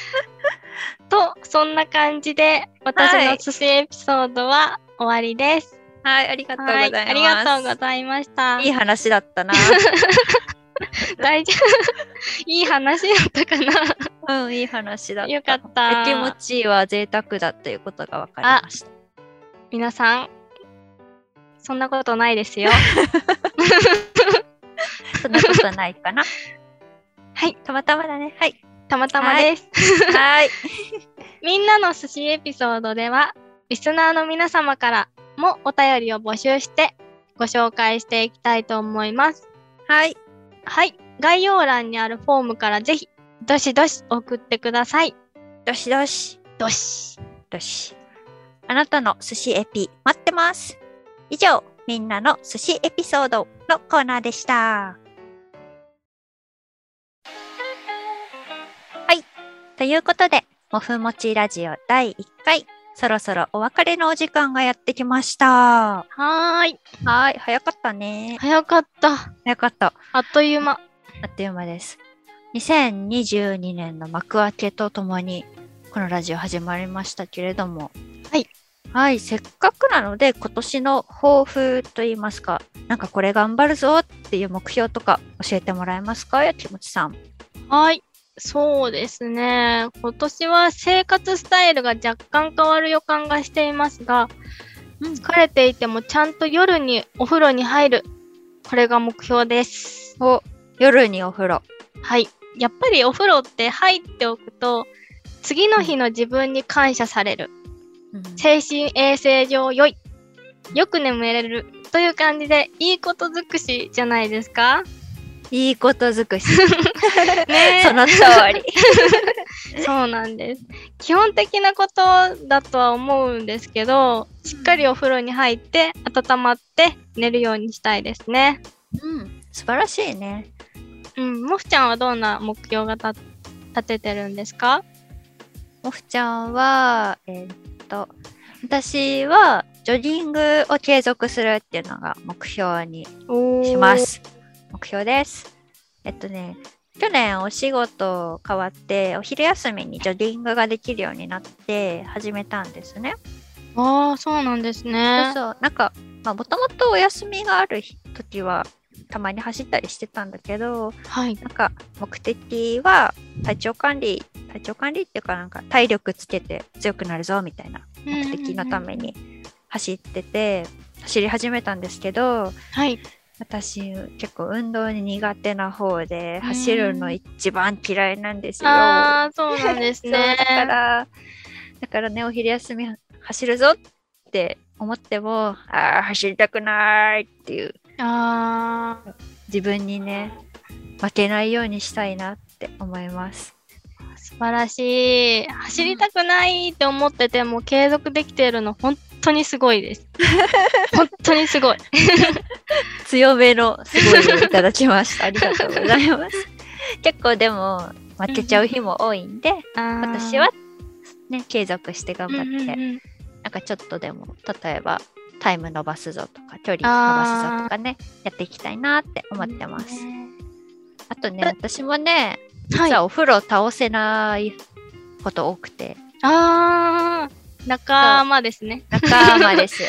Speaker 2: とそんな感じで私の寿司エピソードは終わりです。
Speaker 1: はい、ありがとうございます。
Speaker 2: ありがとうございました。
Speaker 1: いい話だったな。
Speaker 2: 大丈夫。 いい話だったかな。
Speaker 1: うん、いい話だった。
Speaker 2: よかった
Speaker 1: 気持ちは贅沢だということが分かりました。
Speaker 2: 皆さん。そんなことないですよ。
Speaker 1: そんなことないか な。
Speaker 2: はい、
Speaker 1: たまたまだね。はい。
Speaker 2: たまたまです。
Speaker 1: はい。
Speaker 2: みんなの寿司エピソードでは、リスナーの皆様からもお便りを募集してご紹介していきたいと思います。
Speaker 1: はい。
Speaker 2: はい。概要欄にあるフォームからぜひ、どしどし送ってください。
Speaker 1: どしどし。
Speaker 2: どし。
Speaker 1: どし。あなたの寿司エピ待ってます。以上、みんなの寿司エピソードのコーナーでした。はい。ということで、もふもちラジオ第1回、そろそろお別れのお時間がやってきました。
Speaker 2: はーい。
Speaker 1: はい、早かったね。
Speaker 2: 早かった。
Speaker 1: 早かった。
Speaker 2: あっという間。
Speaker 1: あっという間です。2022年の幕開けとともに、このラジオ始まりましたけれども。
Speaker 2: はい。
Speaker 1: はい、せっかくなので、今年の抱負といいますか、なんかこれ頑張るぞっていう目標とか教えてもらえますかやきもちさん。
Speaker 2: はい。そうですね。今年は生活スタイルが若干変わる予感がしていますが、
Speaker 1: うん
Speaker 2: 疲れていてもちゃんと夜にお風呂に入る。これが目標です。
Speaker 1: お、夜にお風呂。
Speaker 2: はい。やっぱりお風呂って入っておくと、次の日の自分に感謝される。精神衛生上良い。よく眠れる。という感じで、いいこと尽くしじゃないです か
Speaker 1: いいこと尽くし。
Speaker 2: ねえ
Speaker 1: その通り。
Speaker 2: そうなんです。基本的なことだとは思うんですけど、しっかりお風呂に入って、温まって寝るようにしたいですね。
Speaker 1: うん、素晴らしいね。
Speaker 2: うん、もふちゃんはどんな目標がた立ててるんですか
Speaker 1: もふちゃんは、えーっと、私はジョギングを継続するっていうのが目標にしま。す。目標です。えっとね、去年お仕事変わって、お昼休みにジョギングができるようになって始めたんですね。
Speaker 2: ああ、そうなんです
Speaker 1: そう
Speaker 2: ね。
Speaker 1: そう、なんか、まあ、もともとお休みがある時は、たまに走ったりしてたんだけど、
Speaker 2: はい。
Speaker 1: なんか目的は体調管理体調管理っていうかなんか体力つけて強くなるぞみたいな目的のため
Speaker 2: うんうんうん。
Speaker 1: に走ってて走り始めたんですけど
Speaker 2: はい。
Speaker 1: 私結構運動に苦手な方で
Speaker 2: うん
Speaker 1: 走るの一番嫌いなんですよ。
Speaker 2: ああ、そうなんです
Speaker 1: そう
Speaker 2: ね
Speaker 1: だ。からだからねお昼休み走るぞって思ってもああ走りたくないっていう
Speaker 2: ああ、
Speaker 1: 自分にね負けないようにしたいなって思います。
Speaker 2: 素晴らしい。走りたくないって思ってても継続できているの本当にすごい です。本当にすごい。
Speaker 1: 強めのすごいのいただきまし た。ありがとうございます。結構でも負けちゃう日も多いんで、
Speaker 2: 私
Speaker 1: 私はね、継続して頑張
Speaker 2: 頑
Speaker 1: って、
Speaker 2: 張って。
Speaker 1: なんかちょっとでも、例えばタイム伸ばすぞとか、距離伸ばすぞとかね、やっていきたいなって思ってます。あとね、
Speaker 2: え
Speaker 1: 私もね、
Speaker 2: はい。
Speaker 1: 実
Speaker 2: あ
Speaker 1: はお風呂倒せないこと多くて、
Speaker 2: あー、仲間ですね。
Speaker 1: 仲間です よ。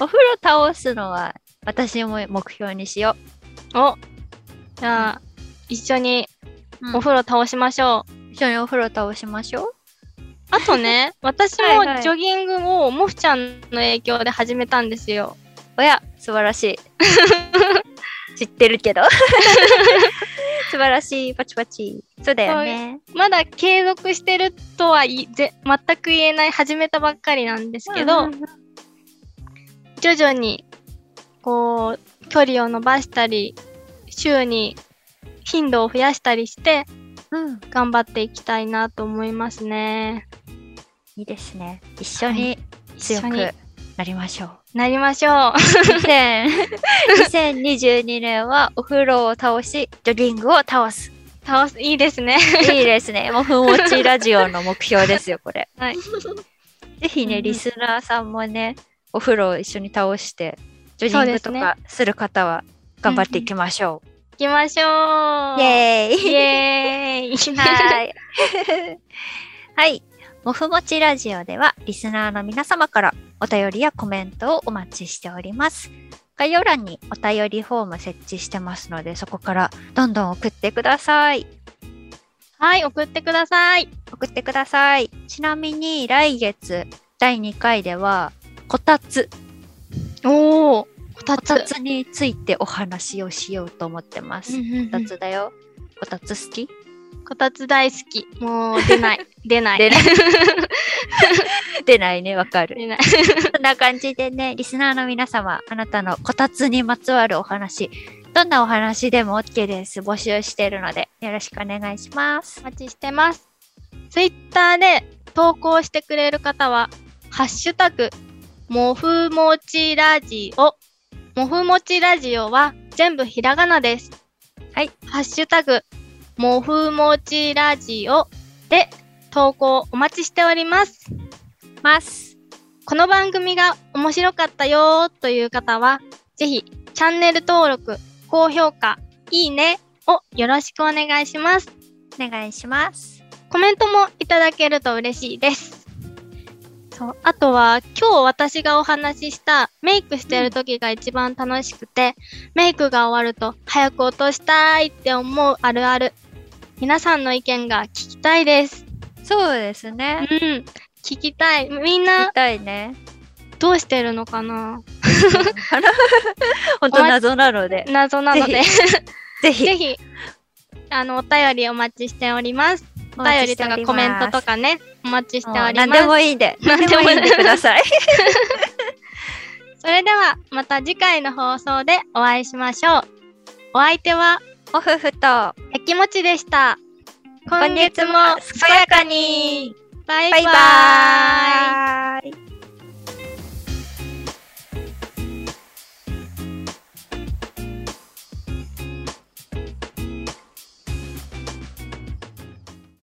Speaker 1: お風呂倒すのは私も目標にしよ
Speaker 2: おじゃあ、一緒に
Speaker 1: う。
Speaker 2: お風呂倒しましょう。
Speaker 1: 一緒にお風呂倒しましょう。
Speaker 2: あとね、私
Speaker 1: はいは
Speaker 2: も
Speaker 1: い
Speaker 2: ジョギングをモフちゃんの影響で始めたんですよ。
Speaker 1: おや、素晴らし い。知ってるけど。素晴らしい、パチパチ。そうだよね。
Speaker 2: まだ継続してるとはいぜ全く言えない始めたばっかりなんですけど、
Speaker 1: うんうんうん
Speaker 2: 徐々にこう距離を伸ばしたり週に頻度を増やしたりして
Speaker 1: うん、
Speaker 2: 頑張っていきたいなと思いますね。
Speaker 1: いいですね。一緒に強
Speaker 2: 一緒に
Speaker 1: くなりましょう。
Speaker 2: なりましょう。
Speaker 1: 2000 2022年はお風呂を倒し、ジョギングを倒 す。
Speaker 2: 倒す、いいですね。
Speaker 1: いいですね。もう、ふんもちラジオの目標ですよ、これ。
Speaker 2: はい。
Speaker 1: ぜひ
Speaker 2: うんう
Speaker 1: ね、
Speaker 2: ん
Speaker 1: リスナーさんもね、お風呂を一緒に倒して、ジョギングと
Speaker 2: そうですね
Speaker 1: かする方は頑張っていきましょう。
Speaker 2: 行きましょう。
Speaker 1: イエーイ
Speaker 2: イエーイ。
Speaker 1: はい。 はい。もふもちラジオでは、リスナーの皆様からお便りやコメントをお待ちしております。概要欄にお便りフォーム設置してますので、そこからどんどん送ってください。
Speaker 2: はい、送ってください。
Speaker 1: 送ってください。ちなみに、来月第2回では、こたつ、
Speaker 2: おお、こた
Speaker 1: こたつについてお話をしようと思ってます。こたつだよ。こたつ好き
Speaker 2: こたつ大好き。もう出 ない。出ない。
Speaker 1: 出ない出ないね、わかる。
Speaker 2: 出ない。
Speaker 1: そんな感じでね、リスナーの皆様、あなたのこたつにまつわるお話、どんなお話でも OK です。募集しているので、よろしくお願いします
Speaker 2: お。待ちしてます。ツイッターで投稿してくれる方は、ハッシュタグ、もふもちラジオ。もふもちラジオは全部ひらがなです。
Speaker 1: はい。
Speaker 2: ハッシュタグ、もふもちラジオで投稿お待ちしております。
Speaker 1: ます。
Speaker 2: この番組が面白かったよーという方は、ぜひチャンネル登録、高評価、いいねをよろしくお願いします。
Speaker 1: お願いします。
Speaker 2: コメントもいただけると嬉しいです。そうあとは今日私がお話ししたメイクしてる時が一番楽しくて、メイクが終わると早く落としたいって思うあるある皆さんの意見が聞きたいです
Speaker 1: そうです
Speaker 2: う
Speaker 1: ね。
Speaker 2: ん聞きたいみん
Speaker 1: 聞き
Speaker 2: な
Speaker 1: たいね。
Speaker 2: どうしてるのかな
Speaker 1: 本当謎なので、
Speaker 2: 謎なので
Speaker 1: ぜ
Speaker 2: ぜ
Speaker 1: ひ
Speaker 2: ひあのお便りお待ちしております
Speaker 1: お
Speaker 2: お
Speaker 1: 待
Speaker 2: 便
Speaker 1: ちし
Speaker 2: り
Speaker 1: て
Speaker 2: と
Speaker 1: お
Speaker 2: か
Speaker 1: ります
Speaker 2: コメントとかねお待ちしております
Speaker 1: 何でもいいんで、何でもいいんでください。
Speaker 2: それではまた次回の放送でお会いしましょう。お相手は
Speaker 1: おふふと、
Speaker 2: やきもちでした。今
Speaker 1: 今
Speaker 2: 月
Speaker 1: 月
Speaker 2: も
Speaker 1: も健やかに
Speaker 2: バイバ
Speaker 1: バイ
Speaker 2: イ。
Speaker 1: バーイ